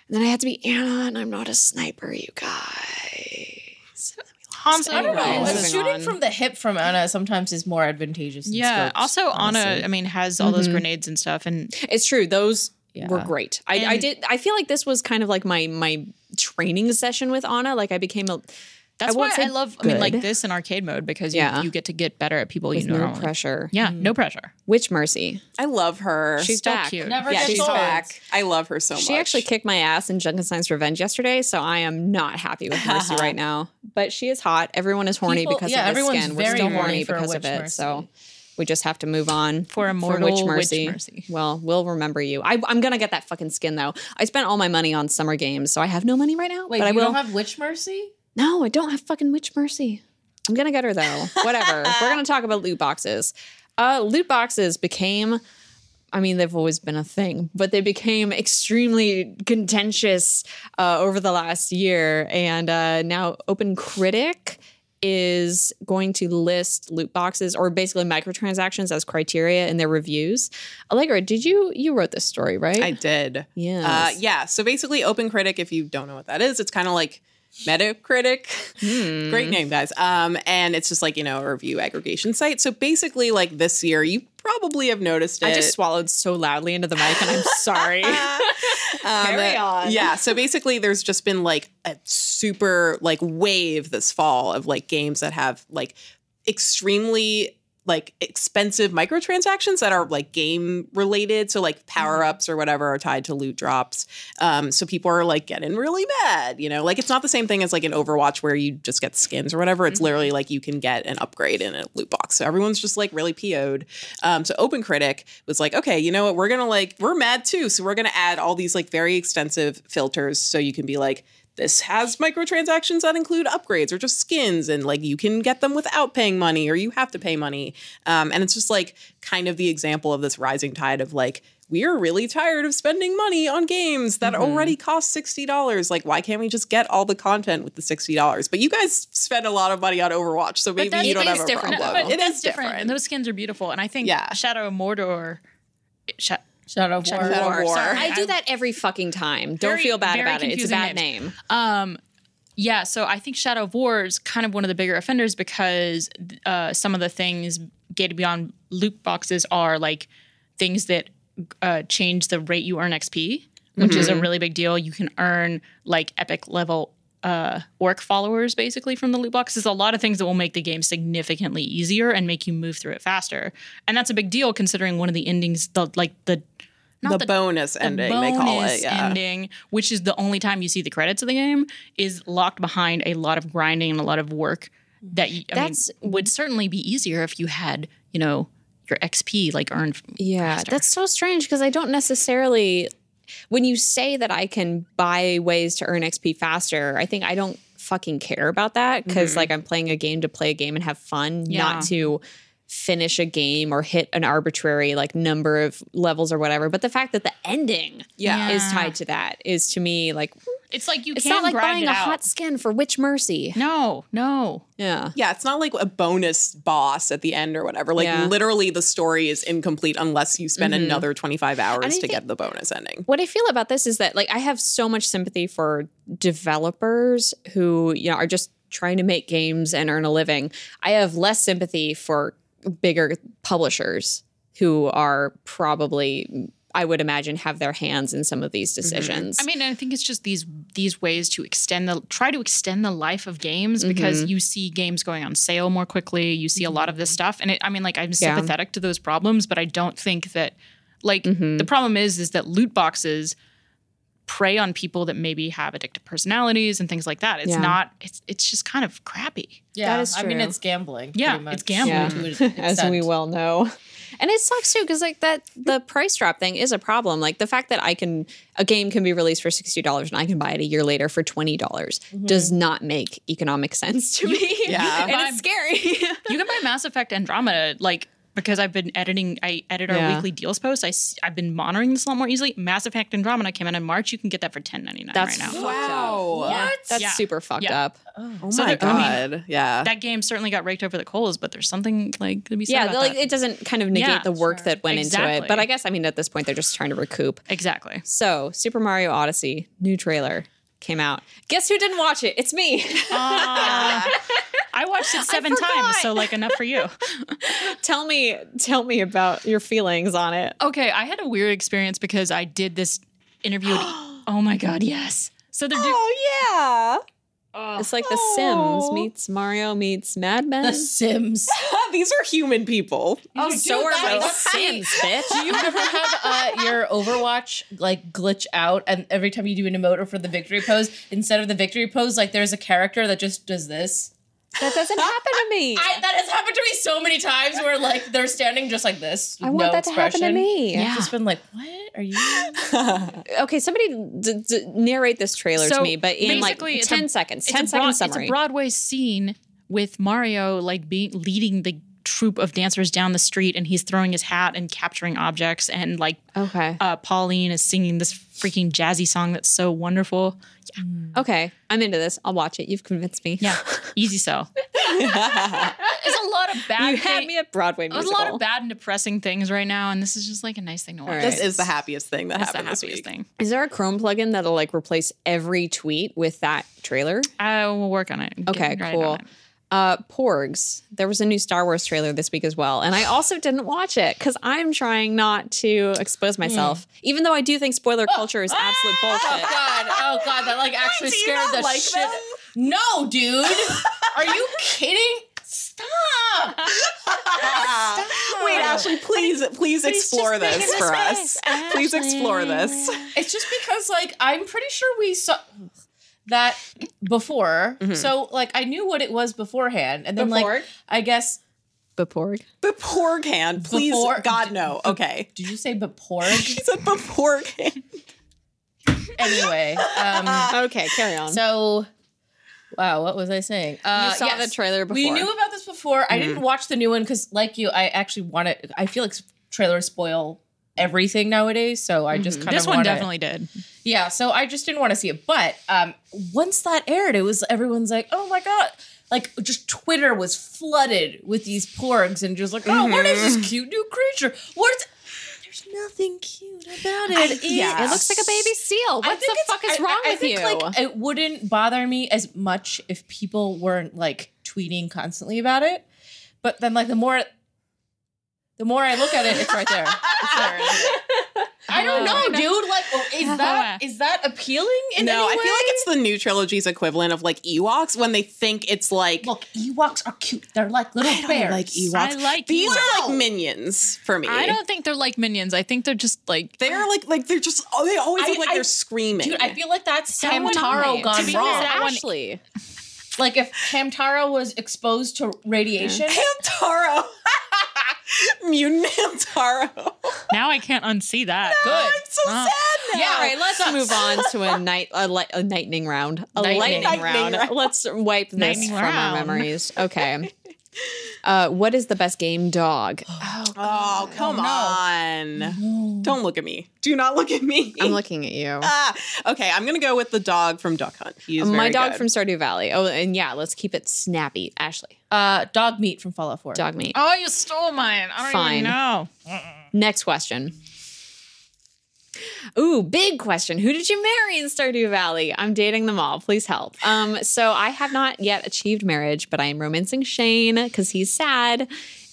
And then I had to be Anna, and I'm not a sniper, you guys. Hanzo. I don't know. Like, Moving shooting on. from the hip from Anna sometimes is more advantageous. than Yeah. scopes, Also, Anna, honestly. I mean, has all Mm-hmm. those grenades and stuff, and It's true. Those were Yeah. great. I, I And- did. I feel like this was kind of like my my training session with Anna. Like I became a that's I why won't say I love. I mean, like good. this in arcade mode because you, Yeah. you get to get better at people with you know. no pressure. Yeah, no pressure. Which mercy. I love her. She's Still back. cute. Never yeah, gets she's old. back. I love her so much. She actually kicked my ass in Junkenstein's Revenge yesterday, so I am not happy with Mercy [LAUGHS] right now. But she is hot. Everyone is horny People- because yeah, of this everyone's skin. We're very still horny horny for because Witch of it. Mercy. So we just have to move on For a mortal Witch Mercy. Well, we'll remember you. I, I'm gonna get that fucking skin though. I spent all my money on summer games, so I have no money right now. Wait, but I you will. don't have witch mercy? No, I don't have fucking witch mercy. I'm gonna get her though. [LAUGHS] Whatever. We're gonna talk about loot boxes. Uh, loot boxes became, I mean, they've always been a thing, but they became extremely contentious uh, over the last year. And uh, now Open Critic is going to list loot boxes or basically microtransactions as criteria in their reviews. Allegra, did you you wrote this story, right? I did. Yes. Uh, yeah. So basically, Open Critic, if you don't know what that is, it's kind of like Metacritic. [LAUGHS] Hmm. Mm-hmm. Great name, guys. Um, and it's just like, you know, a review aggregation site. So basically, like this year, you probably have noticed it. I just swallowed so loudly into the mic and I'm sorry. [LAUGHS] Um, Carry on. Yeah. So basically, there's just been like a super like wave this fall of like games that have like extremely like expensive microtransactions that are like game related. So like Mm-hmm. power ups or whatever are tied to loot drops. Um, so people are like getting really mad. You know, like it's not the same thing as like an Overwatch where you just get skins or whatever. Mm-hmm. It's literally like you can get an upgrade in a loot box. So everyone's just like really PO'd. Um, so Open Critic was like, okay, you know what? We're gonna like we're mad too. So we're gonna add all these like very extensive filters so you can be like. This has microtransactions that include upgrades or just skins, and like you can get them without paying money or you have to pay money. Um, and it's just like kind of the example of this rising tide of like, we are really tired of spending money on games Mm-hmm. that already cost $60. Like, why can't we just get all the content with the $60? But you guys spend a lot of money on Overwatch, so maybe that's- you don't it have is a different. No, problem. but it that's is different. And those skins are beautiful. And I think Yeah. Shadow of Mordor. Sha- Shadow of War. Shadow of War. Sorry, I do I- that every fucking time. Don't Very- feel bad very about it. It's a confusing bad names. name. Um, yeah, so I think Shadow of War is kind of one of the bigger offenders because uh, some of the things gated beyond loot boxes are like things that uh, change the rate you earn XP, which is a really big deal. You can earn like epic level uh, orc followers basically from the loot box. There's a lot of things that will make the game significantly easier and make you move through it faster, and that's a big deal considering one of the endings, the like the the, not the bonus ending, they call it. bonus Yeah. ending, which is the only time you see the credits of the game, is locked behind a lot of grinding and a lot of work that you, I That's- mean, would certainly be easier if you had, you know, your XP like earned. From, Yeah, that's so strange because I don't necessarily. When you say that I can buy ways to earn XP faster, I think I don't fucking care about that because like I'm playing a game to play a game and have fun, Yeah. not to finish a game or hit an arbitrary like number of levels or whatever. But the fact that the ending Yeah. is tied to that is to me like It's like you it's can't not like grind buying it a out. hot skin for Witch Mercy. no, no. Yeah. Yeah, it's not like a bonus boss at the end or whatever. Like Yeah. literally the story is incomplete unless you spend Mm-hmm. another 25 hours I to think- get the bonus ending. what I feel about this is that like I have so much sympathy for developers who you know are just trying to make games and earn a living. I have less sympathy for bigger publishers who are probably I would imagine have their hands in some of these decisions. Mm-hmm. I mean, I think it's just these these ways to extend the try to extend the life of games Mm-hmm. because you see games going on sale more quickly. You see a lot of this stuff, and it, I mean, like I'm Yeah. Mm-hmm. sympathetic to those problems, but I don't think that like Mm. the problem is is that loot boxes prey on people that maybe have addictive personalities and things like that. It's Yeah. not. It's it's just kind of crappy. Yeah, That is I mean, true. it's gambling. Yeah, pretty much, it's gambling. to an [LAUGHS] as we extent. well know. And it sucks too, because like that, the price drop thing is a problem. Like the fact that I can, a game can be released for sixty dollars and I can buy it a year later for twenty dollars does not make economic sense to [LAUGHS] me. Yeah. and it's [LAUGHS] scary. you can buy Mass Effect Andromeda, like because I've been editing. I edit our Yeah. weekly deals post. I have been monitoring this a lot more easily. Mass Effect Andromeda came out in March. You can get that for ten ninety nine right That's now. fucked up. Wow. What? That's Yeah. super fucked Yeah. up. Oh So my there- I mean, god. yeah. that game certainly got raked over the coals, but there's something like to be said Yeah, about like that. it doesn't kind of negate Yeah, the work sure. that went into it. Exactly. But I guess I mean at this point they're just trying to recoup. [LAUGHS] exactly. So Super Mario Odyssey new trailer came out. Guess who didn't watch it? It's me. [LAUGHS] I watched it seven times, so like enough [LAUGHS] for you. tell me, tell me about your feelings on it. Okay, I had a weird experience because I did this [GASPS] interview. at- oh my god, yes. So they're doing. Oh yeah. It's like The Sims Oh. meets Mario meets Mad Men. The Sims. These are human people. oh, so are that my is- Sims, Do bitch. you ever have uh, your Overwatch like glitch out, and every time you do an emote or for the victory pose, instead of the victory pose, like there's a character that just does this? That doesn't happen to [LAUGHS] me. I, that has happened to me so many times, where like they're standing just like this. with I want no that to happen to expression. me. I've just been like, what are you? Okay, somebody d- d- narrate this trailer to So, me, but in like basically, it's a- ten seconds. it's a Ten broad- seconds summary. It's a Broadway scene with Mario like being leading the troop of dancers down the street and he's throwing his hat and capturing objects and like Okay. uh, Pauline is singing this freaking jazzy song that's so wonderful. Okay. I'm into this. I'll watch it. You've convinced me. Yeah, [LAUGHS] easy sell. There's a lot of [LAUGHS] bad. You had thi- me at Broadway There's musical. a lot of bad and depressing things right now, and this is just like a nice thing to watch. right. This is the happiest thing that That's the happened happiest this week. thing. Is there a Chrome plugin that'll like replace every tweet with that trailer? I will work on it. and get Okay, right on cool. it. Uh, Porgs. There was a new Star Wars trailer this week as well, and I also didn't watch it because I'm trying not to expose Hmm. myself. Even though I do think spoiler Oh. culture is absolute bullshit. God, oh god, [LAUGHS] that like actually Do you scared not the like shit. them? No, dude, are you kidding? Stop! [LAUGHS] Wait, Ashley, please, please explore just make this it for a us. space, Please Ashley. explore this. It's just because like I'm pretty sure we saw that before, Mm-hmm. so like I knew what it was beforehand, and then Before? like I guess But Porg. The poor can, please, Before- God [LAUGHS] no. Okay, did you say beporg? [LAUGHS] he said the [LAUGHS] poor can. anyway, [LAUGHS] um, Okay, carry on. so wow, what was I saying? Uh, you saw yes. the trailer before. We knew about this before. I didn't watch the new one because, like you, I actually want to. I feel like s- trailers spoil everything nowadays, so I just kind of Mm-hmm. This one wanna- definitely did. Yeah, so I just didn't want to see it. But um, once that aired, it was everyone's like, "Oh my god!" Like just Twitter was flooded with these porgs and just like, "Oh, what is this cute new creature? What's?" There's nothing cute about it. yeah. It looks like a baby seal. I What think the it's- fuck is I- wrong I, I with think, you? Like, it wouldn't bother me as much if people weren't like tweeting constantly about it. But then, like the more, the more I look at it, it's right there. It's there, isn't it? [LAUGHS] I don't know, dude. Like, oh, [LAUGHS] is that is that appealing? In No, any I feel like way? it's the new trilogy's equivalent of like Ewoks when they think it's like Look, Ewoks are cute. They're like little I bears. don't like Ewoks. I like These Ewoks. are like minions for me. I don't think they're like minions. I think they're just like They're like like they're just oh they always I- look like I- they're screaming. Dude, I feel like that's Someone Hamtaro nominated. gone To be fair, wrong. that one- Ashley. Like if Hamtaro was exposed to radiation, Hamtaro. [LAUGHS] Mutant [LAUGHS] Hamtaro. [LAUGHS] now I can't unsee that. good. I'm so Oh. sad now. Yeah, All right, let's move on to a night a, li- a lightning round, a Lightning. lightning, Lightning round. [LAUGHS] round. Let's wipe this Lightning from our round. memories. Okay. Uh, what is the best game dog? Oh, come on. Don't look at me. Do not look at me. I'm looking at you. [LAUGHS] ah, okay, I'm gonna go with the dog from Duck Hunt. He is My very dog good. from Stardew Valley. Oh, and yeah, let's keep it snappy. Ashley, Uh, dog meat from Fallout 4. dog meat. Oh, you stole mine. I don't Fine. even know. Next question. Ooh, big question. Who did you marry in Stardew Valley? I'm dating them all. Please help. Um, so I have not yet achieved marriage, but I am romancing Shane because he's sad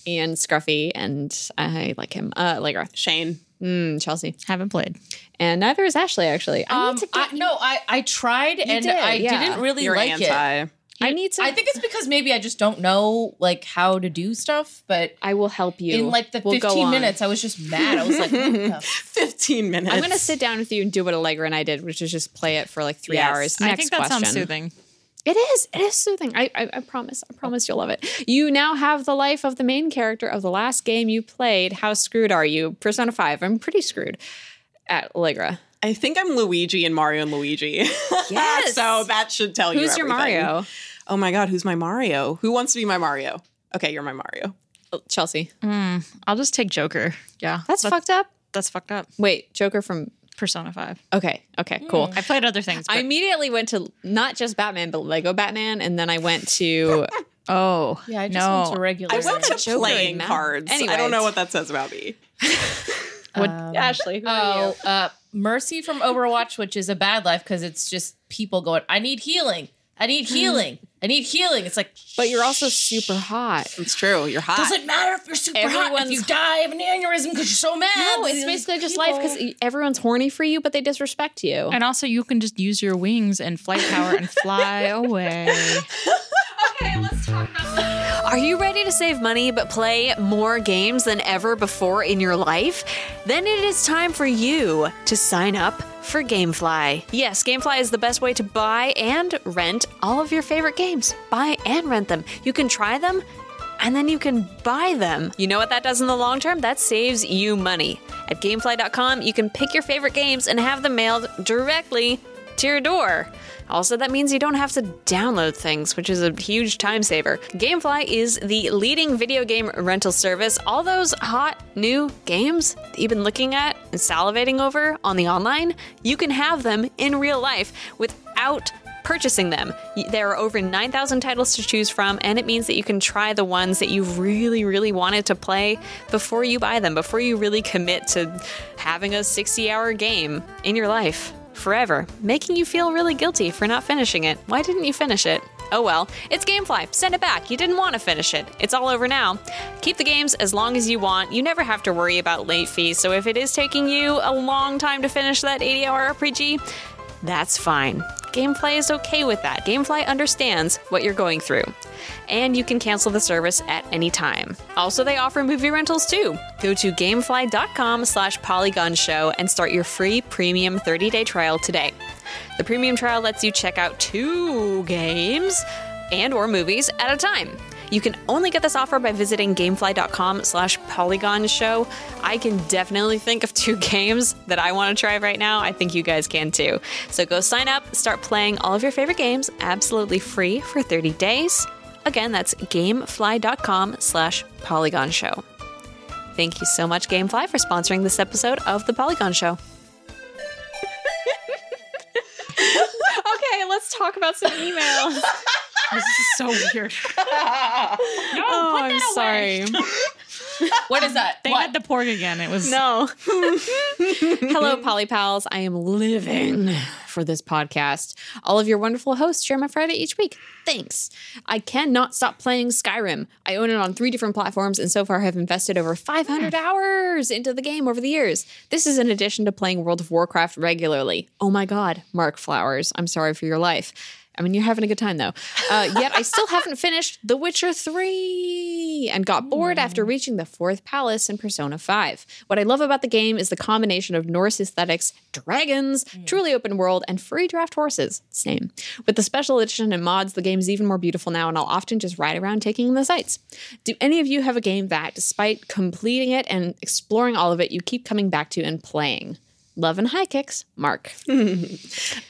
and scruffy, and I like him. Uh, like Earth. Shane. Mm, Chelsea. Haven't played. And neither is Ashley, actually. I Um, need to I, get, no, I, I tried and did, I yeah. didn't really You're like it. anti. I need to, I think it's because maybe I just don't know like how to do stuff, but I will help you. in like the We'll go 15 on. minutes I was just mad. I was like, what [LAUGHS] the f- 15 minutes. I'm going to sit down with you and do what Allegra and I did, which is just play it for like three Yes. hours. I Next think that question. sounds soothing. It is. It is soothing. I, I, I promise. I promise you'll love it. You now have the life of the main character of the last game you played. How screwed are you? Persona 5. I'm pretty screwed. At Allegra. I think I'm Luigi and Mario and Luigi. [LAUGHS] Yes. so that should tell you Who's your everything. Mario? Oh my God, who's my Mario? Who wants to be my Mario? Okay, you're my Mario. Oh, Chelsea. I'll just take Joker. Yeah, That's fucked up. that's fucked up. Wait, Joker from. Persona Five. Okay. Okay, cool. I played other things. But, I immediately went to not just Batman, but Lego Batman. And then I went to. oh Yeah, I just no. went to regular. I went a to Joker in playing math. cards. I Anyways. don't know what that says about me. what, [LAUGHS] Ashley. Who are you? Oh, uh, Mercy from Overwatch, which is a bad life because it's just people going, I need healing. I need Mm-hmm. healing. I need healing. It's like, But you're also super hot. It's true. You're hot. doesn't matter if you're super hot. If Everyone's- you die of an aneurysm because you're so mad. No, it's basically just life because everyone's horny for you, but they disrespect you. And also, you can just use your wings and flight power and fly [LAUGHS] away. Are you ready to save money but play more games than ever before in your life? Then it is time for you to sign up for Gamefly. Yes, Gamefly is the best way to buy and rent all of your favorite games. Buy and rent them. You can try them and then you can buy them. You know what that does in the long term? That saves you money. At gamefly.com, you can pick your favorite games and have them mailed directly to your door. Also, that means you don't have to download things, which is a huge time saver. Gamefly is the leading video game rental service. All those hot new games that you've been looking at and salivating over on the online, you can have them in real life without purchasing them. Y- There are over 9,000 titles to choose from, and it means that you can try the ones that you really, really wanted to play before you buy them, before you really commit to having a 60 hour game in your life forever, making you feel really guilty for not finishing it. Why didn't you finish it? Oh well, it's Gamefly. Send it back. You didn't want to finish it. It's all over now. Keep the games as long as you want. You never have to worry about late fees. So if it is taking you a long time to finish that 80 hour RPG, that's fine. Gamefly is okay with that. Gamefly understands what you're going through. And you can cancel the service at any time. Also, they offer movie rentals too. Go to gamefly.com slash polygon show and start your free premium 30-day trial today. The premium trial lets you check out two games and or movies at a time. You can only get this offer by visiting gamefly.com slash polygon show. I can definitely think of two [LAUGHS] games that I want to try right now. I think you guys can too. So go sign up, start playing all of your favorite games absolutely free for 30 days. Again, that's gamefly.com slash polygon show. Thank you so much, Gamefly, for sponsoring this episode of The Polygon Show. [LAUGHS] Okay, let's talk about some emails. This is so weird. oh, I'm sorry. [LAUGHS] What is that? They had the pork again. It was No. [LAUGHS] Hello, Polly Pals. I am living for this podcast. All of your wonderful hosts share my Friday each week. Thanks. I cannot stop playing Skyrim. I own it on three different platforms and so far have invested over 500 hours into the game over the years. This is in addition to playing World of Warcraft regularly. Oh my God, Mark Flowers, I'm sorry for your life. I mean, you're having a good time though. Uh, yet I still haven't finished The Witcher 3 and got bored after reaching the fourth palace in Persona 5. What I love about the game is the combination of Norse aesthetics, dragons, truly open world, and free draft horses. Same. With the special edition and mods, the game's even more beautiful now, and I'll often just ride around taking in the sights. Do any of you have a game that, despite completing it and exploring all of it, you keep coming back to and playing? Love and high kicks, Mark.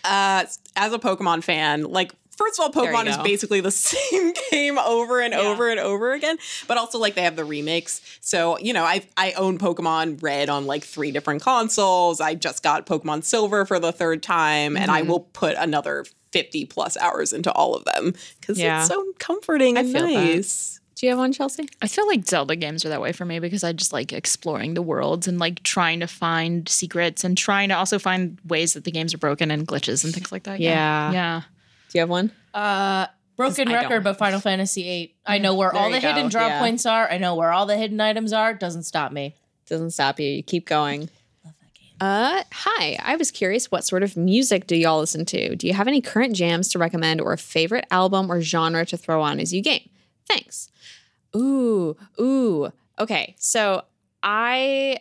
uh, as a Pokemon fan, like first of all, you Pokemon is go. basically the [LAUGHS] same game over and over and over again. But also, like they have the remakes. So you know, I I own Pokemon Red on like three different consoles. I just got Pokemon Silver for the third time, and Mm-hmm. I will put another fifty plus hours into all of them because Yeah. it's so comforting and feel that. nice. Do you have one, Chelsea? I feel like Zelda games are that way for me because I just like exploring the worlds and like trying to find secrets and trying to also find ways that the games are broken and glitches and things like that. Yeah. Yeah. Do you have one? Uh, Broken I don't- record, but Final Fantasy VIII. I know where all you the go, hidden draw yeah. points are. I know where all the hidden items are. Doesn't stop me. doesn't stop you. You keep going. Uh, hi. I was curious, what sort of music do y'all listen to? Do you have any current jams to recommend, or a favorite album or genre to throw on as you game? Thanks. Ooh, ooh. Okay, so I,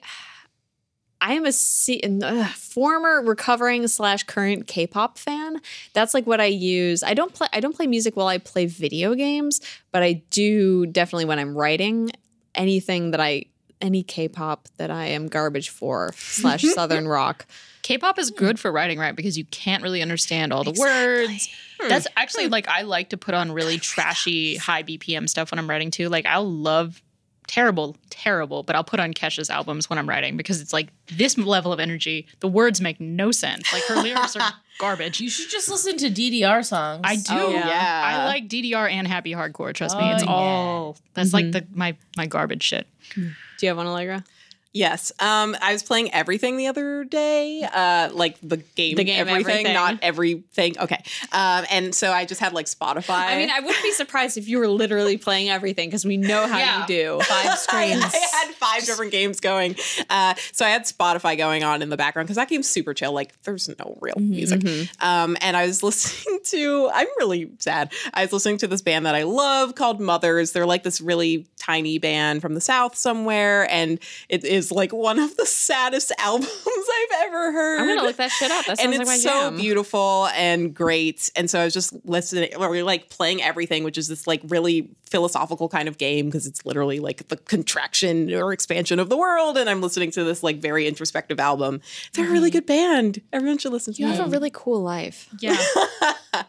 I am a se- uh, former recovering slash current K-pop fan. That's like what I use. I don't play. I don't play music while I play video games, but I do definitely when I'm writing anything that I any K-pop that I am garbage for [LAUGHS] slash Southern rock. K-pop is good for writing, right? Because you can't really understand all the words. That's actually like I like to put on really trashy high BPM stuff when I'm writing too. Like I'll love terrible, terrible, but I'll put on Kesha's albums when I'm writing because it's like this level of energy. The words make no sense. Like her lyrics [LAUGHS] are garbage. You should just listen to DDR songs. I do. Oh, yeah. I like DDR and happy hardcore. Trust me, Uh, Oh, it's yeah. Mm-hmm. all that's like the my my garbage shit. Do you have one, Allegra? Yes. Um, I was playing everything the other day, uh, like the game, The game Everything. not everything. Okay. Um, and so I just had like Spotify. I mean, I wouldn't be surprised if you were literally playing everything because we know how Yeah. you do. [LAUGHS] Five screens. [LAUGHS] I had five different games going. Uh, so I had Spotify going on in the background because that game's super chill. Like there's no real Mm-hmm, music. Um, and I was [LAUGHS] listening to, I'm really sad. I was listening to this band that I love called Mothers. They're like this really tiny band from the South somewhere. And it is is like one of the saddest [LAUGHS] albums I've ever heard. I'm gonna look that shit up. That sounds and it's like my so jam. beautiful and great. And so I was just listening, or we were like playing everything, which is this like really philosophical kind of game because it's literally like the contraction or expansion of the world. And I'm listening to this like very introspective album. They're a really good band. Everyone should listen to Mm-hmm. You them. have a really cool life. Yeah. Do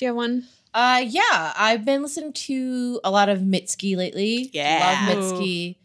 you have one? Uh, yeah, I've been listening to a lot of Mitski lately. Yeah. love Mitski.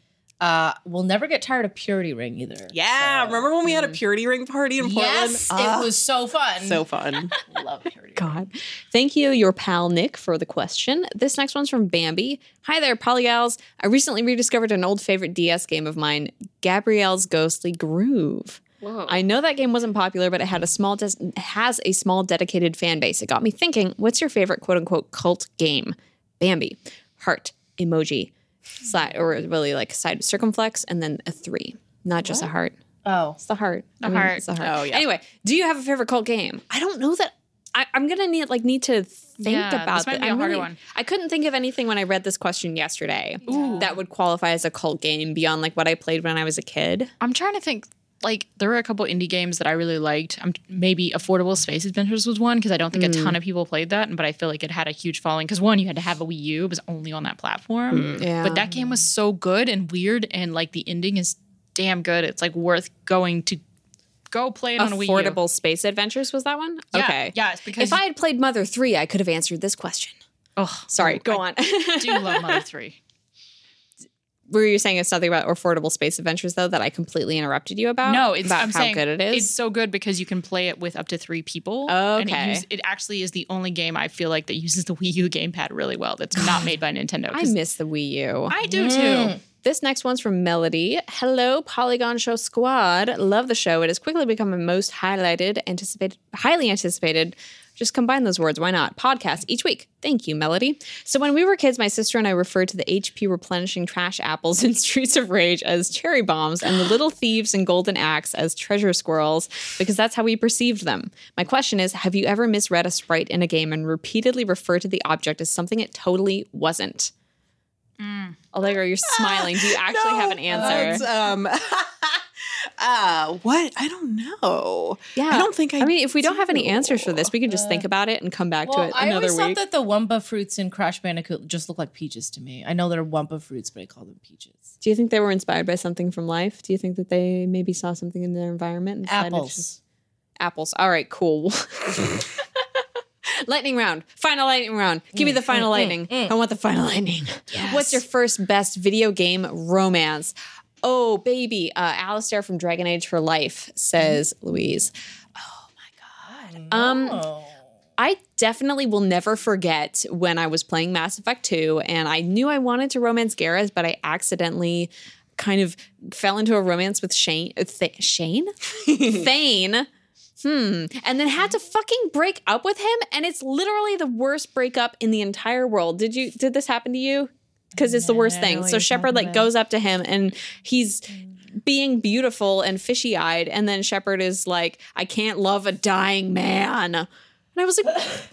Uh, we'll never get tired of Purity Ring either. Yeah, So- remember when we Mm-hmm. had a purity ring party in Portland? Yes, Ah, it was so fun. [LAUGHS] so fun. love Purity. Ring. God. Thank you, your pal Nick, for the question. This next one's from Bambi. Hi there, polygals. I recently rediscovered an old favorite DS game of mine, Gabrielle's Ghostly Groove. Whoa. I know that game wasn't popular, but it had a small des- has a small dedicated fan base. It got me thinking, what's your favorite quote unquote cult game? Bambi, heart, emoji, side or really like side circumflex, and then a three. Not just a heart. Oh, It's the heart. The heart. It's the heart. Oh, yeah. Anyway, do you have a favorite cult game? I don't know that. I, I'm gonna need like need to think Yeah, this about might that. be a I'm harder one. I couldn't think of anything when I read this question yesterday that would qualify as a cult game beyond like what I played when I was a kid. [LAUGHS] I'm trying to think. Like there were a couple indie games that I really liked. Um, maybe Affordable Space Adventures was one because I don't think Mm. a ton of people played that, but I feel like it had a huge following because one, you had to have a Wii U. It was only on that platform. Mm. Yeah. But that game was so good and weird, and like the ending is damn good. It's like worth going to go play it on a Wii U. Affordable Space Adventures was that one? Yeah, okay. yeah, it's because If I had played Mother 3, I could have answered this question. oh, Sorry, go on. [LAUGHS] I do love Mother Three. Were you saying it's something about Affordable Space Adventures though that I completely interrupted you about? No, it's about I'm how saying good it is. It's so good because you can play it with up to three people. and Okay. it, use- it actually is the only game I feel like that uses the [LAUGHS] Wii U gamepad really well. That's not made by Nintendo. I 'cause miss Mm. the Wii U. I do too. This next one's from Melody. Hello, Polygon Show Squad. Love the show. It has quickly become a most highlighted, anticipated, highly anticipated. Just combine those words, why not? Podcast each week. Thank you, Melody. So when we were kids, my sister and I referred to the HP replenishing trash apples [LAUGHS] in Streets of Rage as cherry bombs and the little thieves in Golden Axe as treasure squirrels because that's how we perceived them. My question is, have you ever misread a sprite in a game and repeatedly referred to the object as something it totally wasn't? Allegra, you're smiling. [LAUGHS] Do you actually have an That's, answer? um, [LAUGHS] uh, what? I don't know. I don't think I. I mean, if we don't have any answers for this, we can just think about it and come back to well, it I another always week. thought that the Wumpa fruits in Crash Bandicoot just look like peaches to me. I know they're Wumpa fruits, but I call them peaches. Do you think they were inspired by something from life? Do you think that they maybe saw something in their environment? and decided to just- Apples. Apples. All right, cool. [LAUGHS] lightning round. Final lightning round. Give Mm, me the final lightning. I want the final lightning. What's your first best video game romance? Oh, baby. Uh, Alistair from Dragon Age for Life says Louise. Um, Oh. I definitely will never forget when I was playing Mass Effect 2 and I knew I wanted to romance Gareth, but I accidentally kind of fell into a romance with Shane. uh, Th- Shane? [LAUGHS] Thane. Hmm. And then had to fucking break up with him. And it's literally the worst breakup in the entire world. Did you, did this happen to you? Because it's the worst I know thing. what So you're Shepard talking like about. goes up to him and he's being beautiful and fishy eyed. And then Shepard is like, I can't love a dying man. And I was like, that's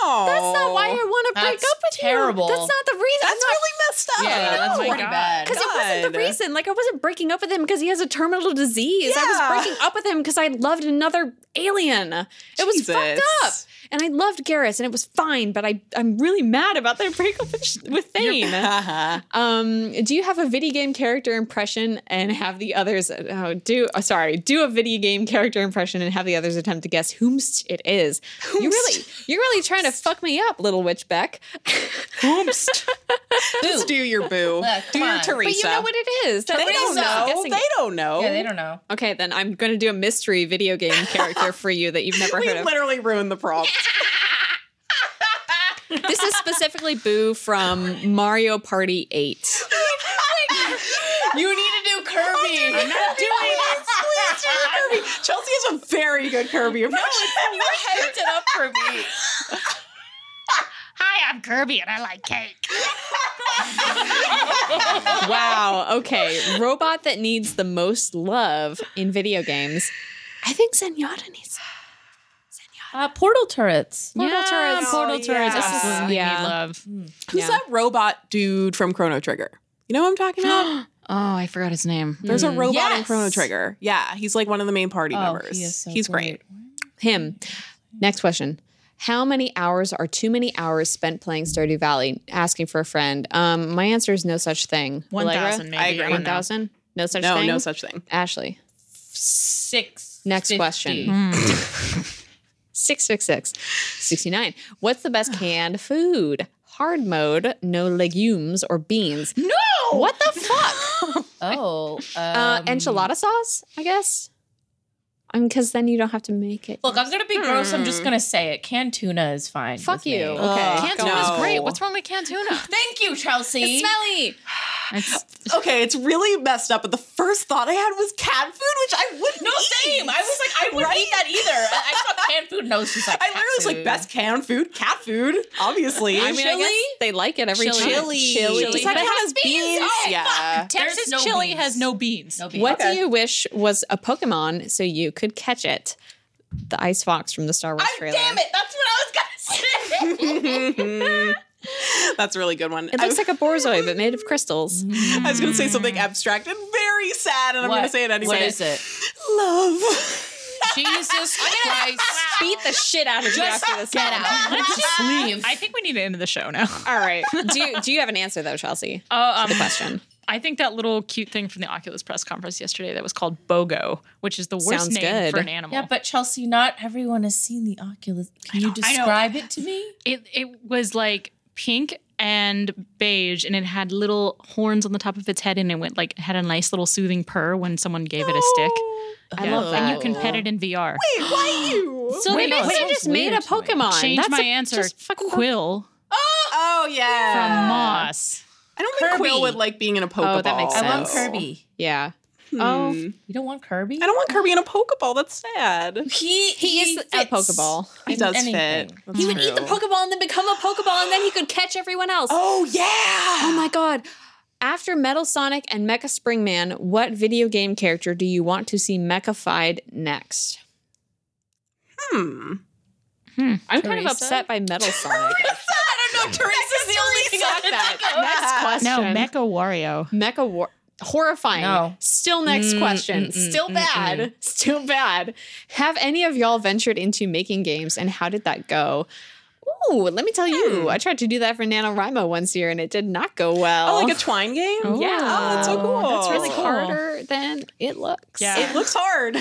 not why I want to break Oh, That's up with terrible. you. That's not the reason. That's really messed up. Yeah, that's No. pretty bad. because it wasn't the God. reason. Like I wasn't breaking up with him because he has a terminal disease. I Yeah. was breaking up with him because I loved another alien. It was fucked Jesus. up, and I loved Garrus, and it was fine. But I, I'm really mad about that breakup with, with [LAUGHS] Thane. Uh-huh. Um, do you have a video game character impression and have the others oh, do? Oh, sorry, do a video game character impression and have the others attempt to guess whomst it is. You really, you're really trying to fuck me up, little witch Beck. [LAUGHS] Just do your boo. Look, do come your on. Teresa. But you know what it is. That They don't Teresa. I'm know. guessing They it. don't know. Yeah, they don't know. Okay, then I'm going to do a mystery video game character for you that you've never We heard of. literally ruined the prompt. This is specifically Boo from Mario Party 8. You need to do Kirby. I'm not doing it. Please do the Kirby. Chelsea has a very good Kirby impression. You hyped it up for me. Hi, I'm Kirby and I like cake. Wow. Okay, robot that needs the most love in video games. I think Zenyatta needs. Uh, portal turrets. Portal yeah, turrets. Portal Oh, turrets. yeah. Absolutely. Yeah. Need love. Who's Yeah. that robot dude from Chrono Trigger? You know what I'm talking about? Oh, I forgot his name. There's a robot in Yes! Chrono Trigger. Yeah, he's like one of the main party members. he's great. Him. Next question. How many hours are too many hours spent playing Stardew Valley? Asking for a friend. Um, my answer is no such thing. One Allegra? thousand, maybe. I agree. I don't One know. thousand. No such No, thing. no such thing. Ashley. Six. Next 50. question. Hmm. [LAUGHS] Six six six. Sixty nine. What's the best canned food? Hard mode, no legumes or beans. No. What the fuck? [LAUGHS] Oh, [LAUGHS] uh, um, enchilada sauce, I guess. I mean, because then you don't have to make it. Look, I'm gonna be gross. I'm just gonna say it. Canned tuna is fine. Fuck with me. you. Ugh. okay. Canned God. tuna is great. No. What's wrong with canned tuna? [LAUGHS] Thank you, Chelsea. Smelly. It's- Okay, it's really messed up. But the first thought I had was cat food, which I wouldn't. no, same. I was like, I wouldn't eat that either. I, I saw canned food. No, she's like, I literally was like, best canned food, cat food, obviously. I mean, I guess they like it every Chili. time. Chili. Does Chili. that But count as beans? yeah. Texas no chili beans. has no beans. No beans. what do you wish was a Pokemon so you could catch it? The Ice Fox from the Star Wars trailer. Damn it! That's [LAUGHS] what I was gonna say. Mm-hmm. That's a really good one. It I, looks like a Borzoi, but made of crystals. [LAUGHS] I was going to say something abstract and very sad, and I'm going to say it anyway. What is it? Love. Jesus Christ! [LAUGHS] Beat the shit out of you after this. Get out. Let's just leave. I think we need to end the [LAUGHS] show now. All right. Do you do you have an answer though, Chelsea? Oh, um, Question. I think that little cute thing from the Oculus press conference yesterday that was called Bogo, which is the worst Sounds name good. for an animal. Yeah, but Chelsea, not everyone has seen the Oculus. Can you describe it to me? it it was like pink and beige, and it had little horns on the top of its head, and it went like had a nice little soothing purr when someone gave it a [LAUGHS] stick. I love And that. you can pet it in VR. Why [GASPS] you? so Wait, they no, it basically sounds just made a weird to me. Pokemon. Change That's my a- answer. Just fucking Quill Oh, from yeah. Moss. I don't think Kirby. Quill would like being in a Pokeball. Hmm. Oh, that makes I want So- Kirby. Yeah. Oh, You don't want Kirby? I don't want Kirby in a Pokeball. That's sad. He he is a fits Pokeball. He in does anything. fit. That's true. Pokeball and then become a Pokeball, and then he could catch everyone else. Oh yeah. Oh my god. After Metal Sonic and Mecha Springman, what video game character do you want to see mechified next? Hmm. I'm kind of Teresa? upset by Metal Sonic. I don't know. Teresa's the only thing Stop I that. Next No, question. Mecha Wario. Mecha War. Horrifying. No. Still next Mm, question. mm, mm, Still mm, bad. [LAUGHS] Still bad. Have any of y'all ventured into making games and how did that go? Ooh, let me tell you. I tried to do that for NaNoWriMo once year and it did not go well. Oh, like a twine game. Oh. [LAUGHS] yeah. Oh, that's so cool. It's really cool. harder than it looks. Yeah. It looks hard.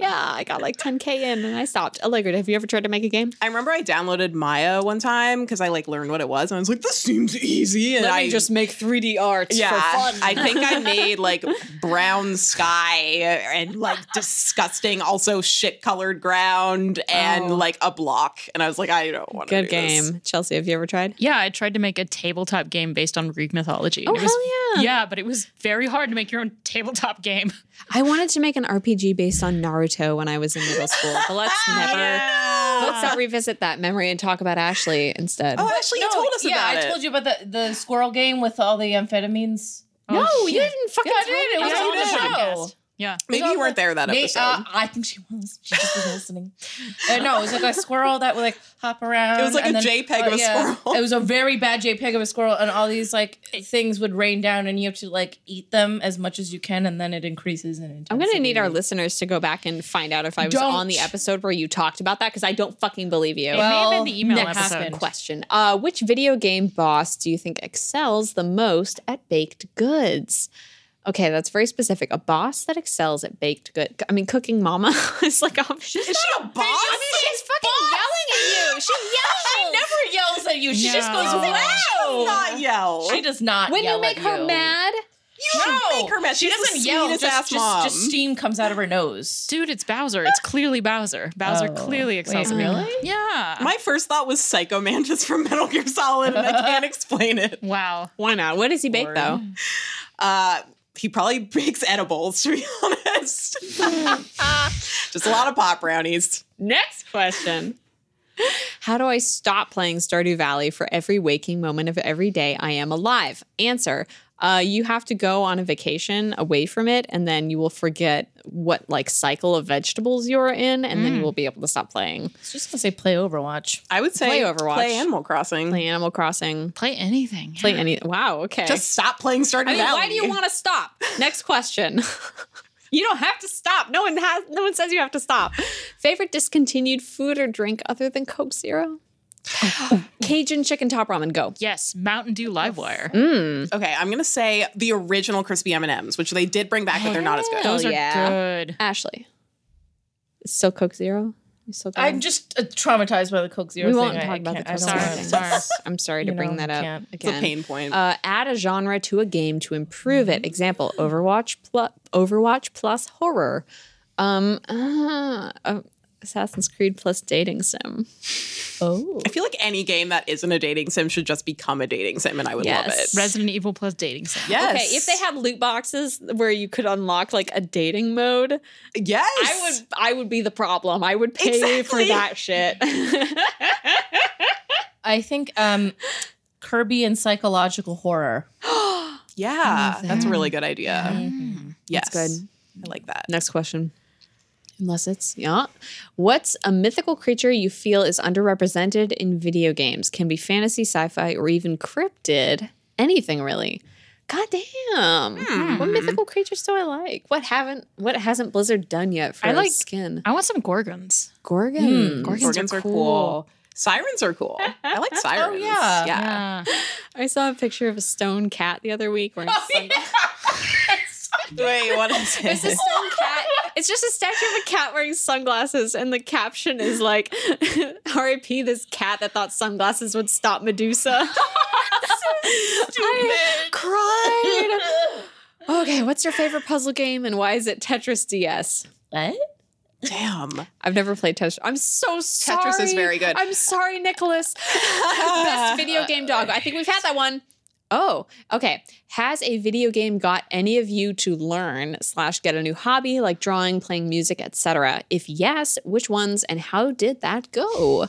Yeah, I got like 10k in and I stopped. Allegra, have you ever tried to make a game? I remember I downloaded Maya one time because I like learned what it was, and I was like, "This seems easy." And I make 3D art yeah, [LAUGHS] I think I made like brown sky and like disgusting, also shit colored ground and Oh. like a block, and I was like, "I don't want to." Good game, Chelsea. Have you ever tried? Yeah, I tried to make a tabletop game based on Greek mythology. and Oh it was- hell yeah. Yeah, but it was very hard to make your own tabletop game. I wanted to make an RPG based on Naruto when I was in middle school, but let's never. Let's not revisit that memory and talk about Ashley instead. Oh, actually, you told us yeah, about it. I told you about the, the squirrel game with all the amphetamines. no, Oh, you didn't fucking. Yeah, I tell did. It me was that. on the show. Yeah. Maybe you weren't there that Nate- episode. uh, I think she was. She just wasn't listening. Uh, no, it was like a squirrel that would like hop around. It was like and uh, a JPEG of a squirrel. It was a very bad JPEG of a squirrel, and all these like things would rain down, and you have to like eat them as much as you can, and then it increases in intensity. I'm gonna need our listeners to go back and find out if I was Don't. on the episode where you talked about that because I don't fucking believe you. It may have Well, been the email next episode. happened. question. Uh, which video game boss do you think excels the most at baked goods? Okay, that's very specific. A boss that excels at baked good. I mean, cooking mama [LAUGHS] is like oh, option. Is she a boss? I mean, she's fucking yelling at [LAUGHS] you. She She yells. never yells at you. She No. just goes Does wow. not yell. She does not. when yell you make at her you. mad, You No. should make her mad. She She's the doesn't yell. sweetest Just, ass just, mom. just steam comes out of her nose. Dude, it's Bowser. It's clearly Bowser. Bowser Oh. clearly excels Wait, at being- really? Yeah. My first thought was Psycho Man [LAUGHS] just from Metal Gear Solid, and I can't explain it. wow. why not? What does he bake though? Uh, he probably bakes edibles, to be [LAUGHS] honest. just a lot of pop brownies. Next question. [LAUGHS] How do I stop playing Stardew Valley for every waking moment of every day I am alive? Answer. Uh, you have to go on a vacation away from it, and then you will forget what like cycle of vegetables you're in, and Mm. then you will be able to stop playing. She's just gonna say play Overwatch. I would say Play Overwatch. play Animal Crossing. Play Animal Crossing. Play anything. Play any. Wow. Okay. Just stop playing Stardew I mean, Valley. why do you want to stop? Next question. [LAUGHS] you don't have to stop. No one has. No one says you have to stop. Favorite discontinued food or drink other than Coke Zero? Cajun chicken top ramen. Go. Yes, Mountain Dew Livewire. Okay, I'm gonna say the original crispy M and M's, which they did bring back, but they're not as good. Those Oh, are yeah. good. Ashley. Still Coke Zero. You still go? I'm just uh, traumatized by the Coke Zero Um, we thing. won't I- I talk about the can't- I Coke don't Zero. Sorry, thing. wanna- sorry. I'm sorry to You bring know, that up can't. It's again. a pain point. Uh, add a genre to a game to improve it. Example: Overwatch plus Overwatch plus horror. Um, uh, uh, Assassin's Creed plus dating sim. Oh. I feel like any game that isn't a dating sim should just become a dating sim, and I would love Yes. it. Resident Evil plus dating sim. Yes. Okay, if they had loot boxes where you could unlock like a dating mode, yes, I would I would be the problem. I would pay for Exactly. that shit. [LAUGHS] I think um, Kirby and psychological horror. Yeah, that's a really good idea. Mm-hmm. Yes, That's good. I like that. Next question. Unless it's yeah. What's a mythical creature you feel is underrepresented in video games? Can be fantasy, sci-fi, or even cryptid. Anything really. God damn. Hmm. What mythical creatures do I like? What haven't what hasn't Blizzard done yet for I like- skin? Hmm. I want some Gorgons. Gorgon. Gorgons, Organs are cool. Sirens are cool. I like sirens. yeah. yeah. Yeah. I saw a picture of a stone cat the other week [LAUGHS] wearing sun- Wait, what is It's a [LAUGHS] it? stone cat. It's just a statue of a cat wearing sunglasses, and the caption is like, [LAUGHS] "R.I.P. This cat that thought sunglasses would stop Medusa." [LAUGHS] I cried. Okay, what's your favorite puzzle game, and why is it Tetris DS? [LAUGHS] What? Damn. I've never played Tetris. I'm so sorry. Tetris is very good. I'm sorry, Nicholas. [LAUGHS] Best video game dog. I think we've had that one. Oh, okay. Has a video game got any of you to learn slash get a new hobby like drawing, playing music, etc.? If yes, which ones and how did that go?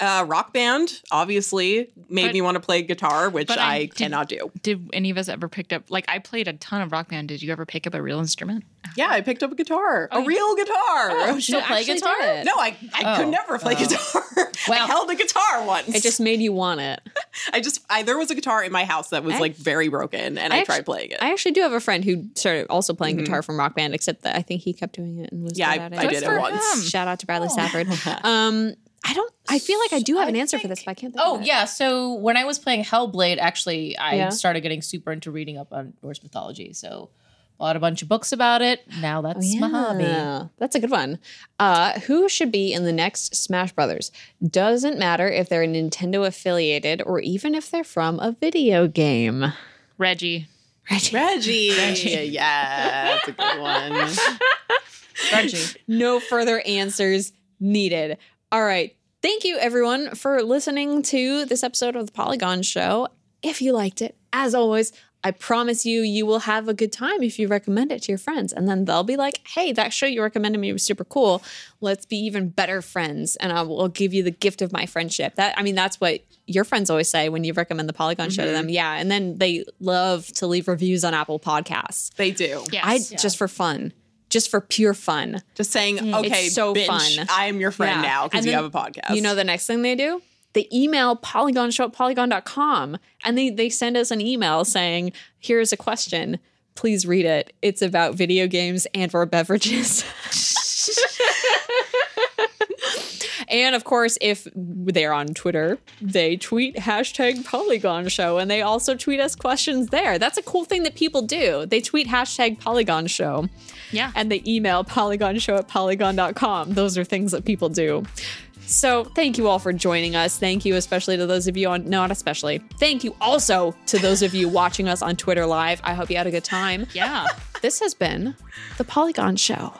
Uh, rock band obviously made But- me want to play guitar, which but I, I did- cannot do. Did any of us ever picked up like I played a ton of rock band. Did you ever pick up a real instrument? Yeah, I picked up a guitar, a real guitar. Oh, She'll play actually guitar? did. No, I, I Oh. could never play guitar. [LAUGHS] I Well. held a guitar once. It just made you want it. [LAUGHS] I just I there was a guitar in my house that was I- like very broken and I, I tried actu- playing it. I actually do have a friend who started also playing guitar from Rock Band, except that I think he kept doing it and was Mm-hmm. Yeah, good I- at I it. did Good it for Oh. once. him. Shout out to Bradley [LAUGHS] Stafford. Um, I don't. I feel like I do have an answer for this, but I can't. Think Oh of it. yeah, so when I was playing Hellblade, actually, I Yeah. started getting super into reading up on Norse mythology. So bought a bunch of books about it. Now that's my hobby. Oh, Yeah, that's a good one. Uh, who should be in the next Smash Brothers? Doesn't matter if they're Nintendo affiliated or even if they're from a video game. Reggie. Reggie. Reggie. [LAUGHS] Yeah, that's a good one. Reggie. No further answers needed. All right. Thank you, everyone, for listening to this episode of The Polygon Show. If you liked it, as always, I promise you, you will have a good time if you recommend it to your friends. And then they'll be like, hey, that show you recommended me was super cool. Let's be even better friends. And I will give you the gift of my friendship. That, I mean, that's what your friends always say when you recommend the Polygon show to them. Yeah. And then they love to leave reviews on Apple Podcasts. They do. Yes. I just for fun, just for pure fun. Just saying, okay, Mm. It's so bitch, fun. I am your friend Yeah. now because And you then have a podcast. You know the next thing they do? They email polygon show at polygon.com and they, they send us an email saying, here's a question. Please read it. It's about video games and or beverages. [LAUGHS] and of course, if they're on Twitter, they tweet hashtag Polygon Show and they also tweet us questions there. That's a cool thing that people do. They tweet hashtag Polygon Show yeah. and they email polygonshow at polygon.com. Those are things that people do. So thank you all for joining us. Thank you, especially to those of you on, no, not especially. Thank you also to those of you watching us on Twitter Live. I hope you had a good time. yeah. This has been The Polygon Show.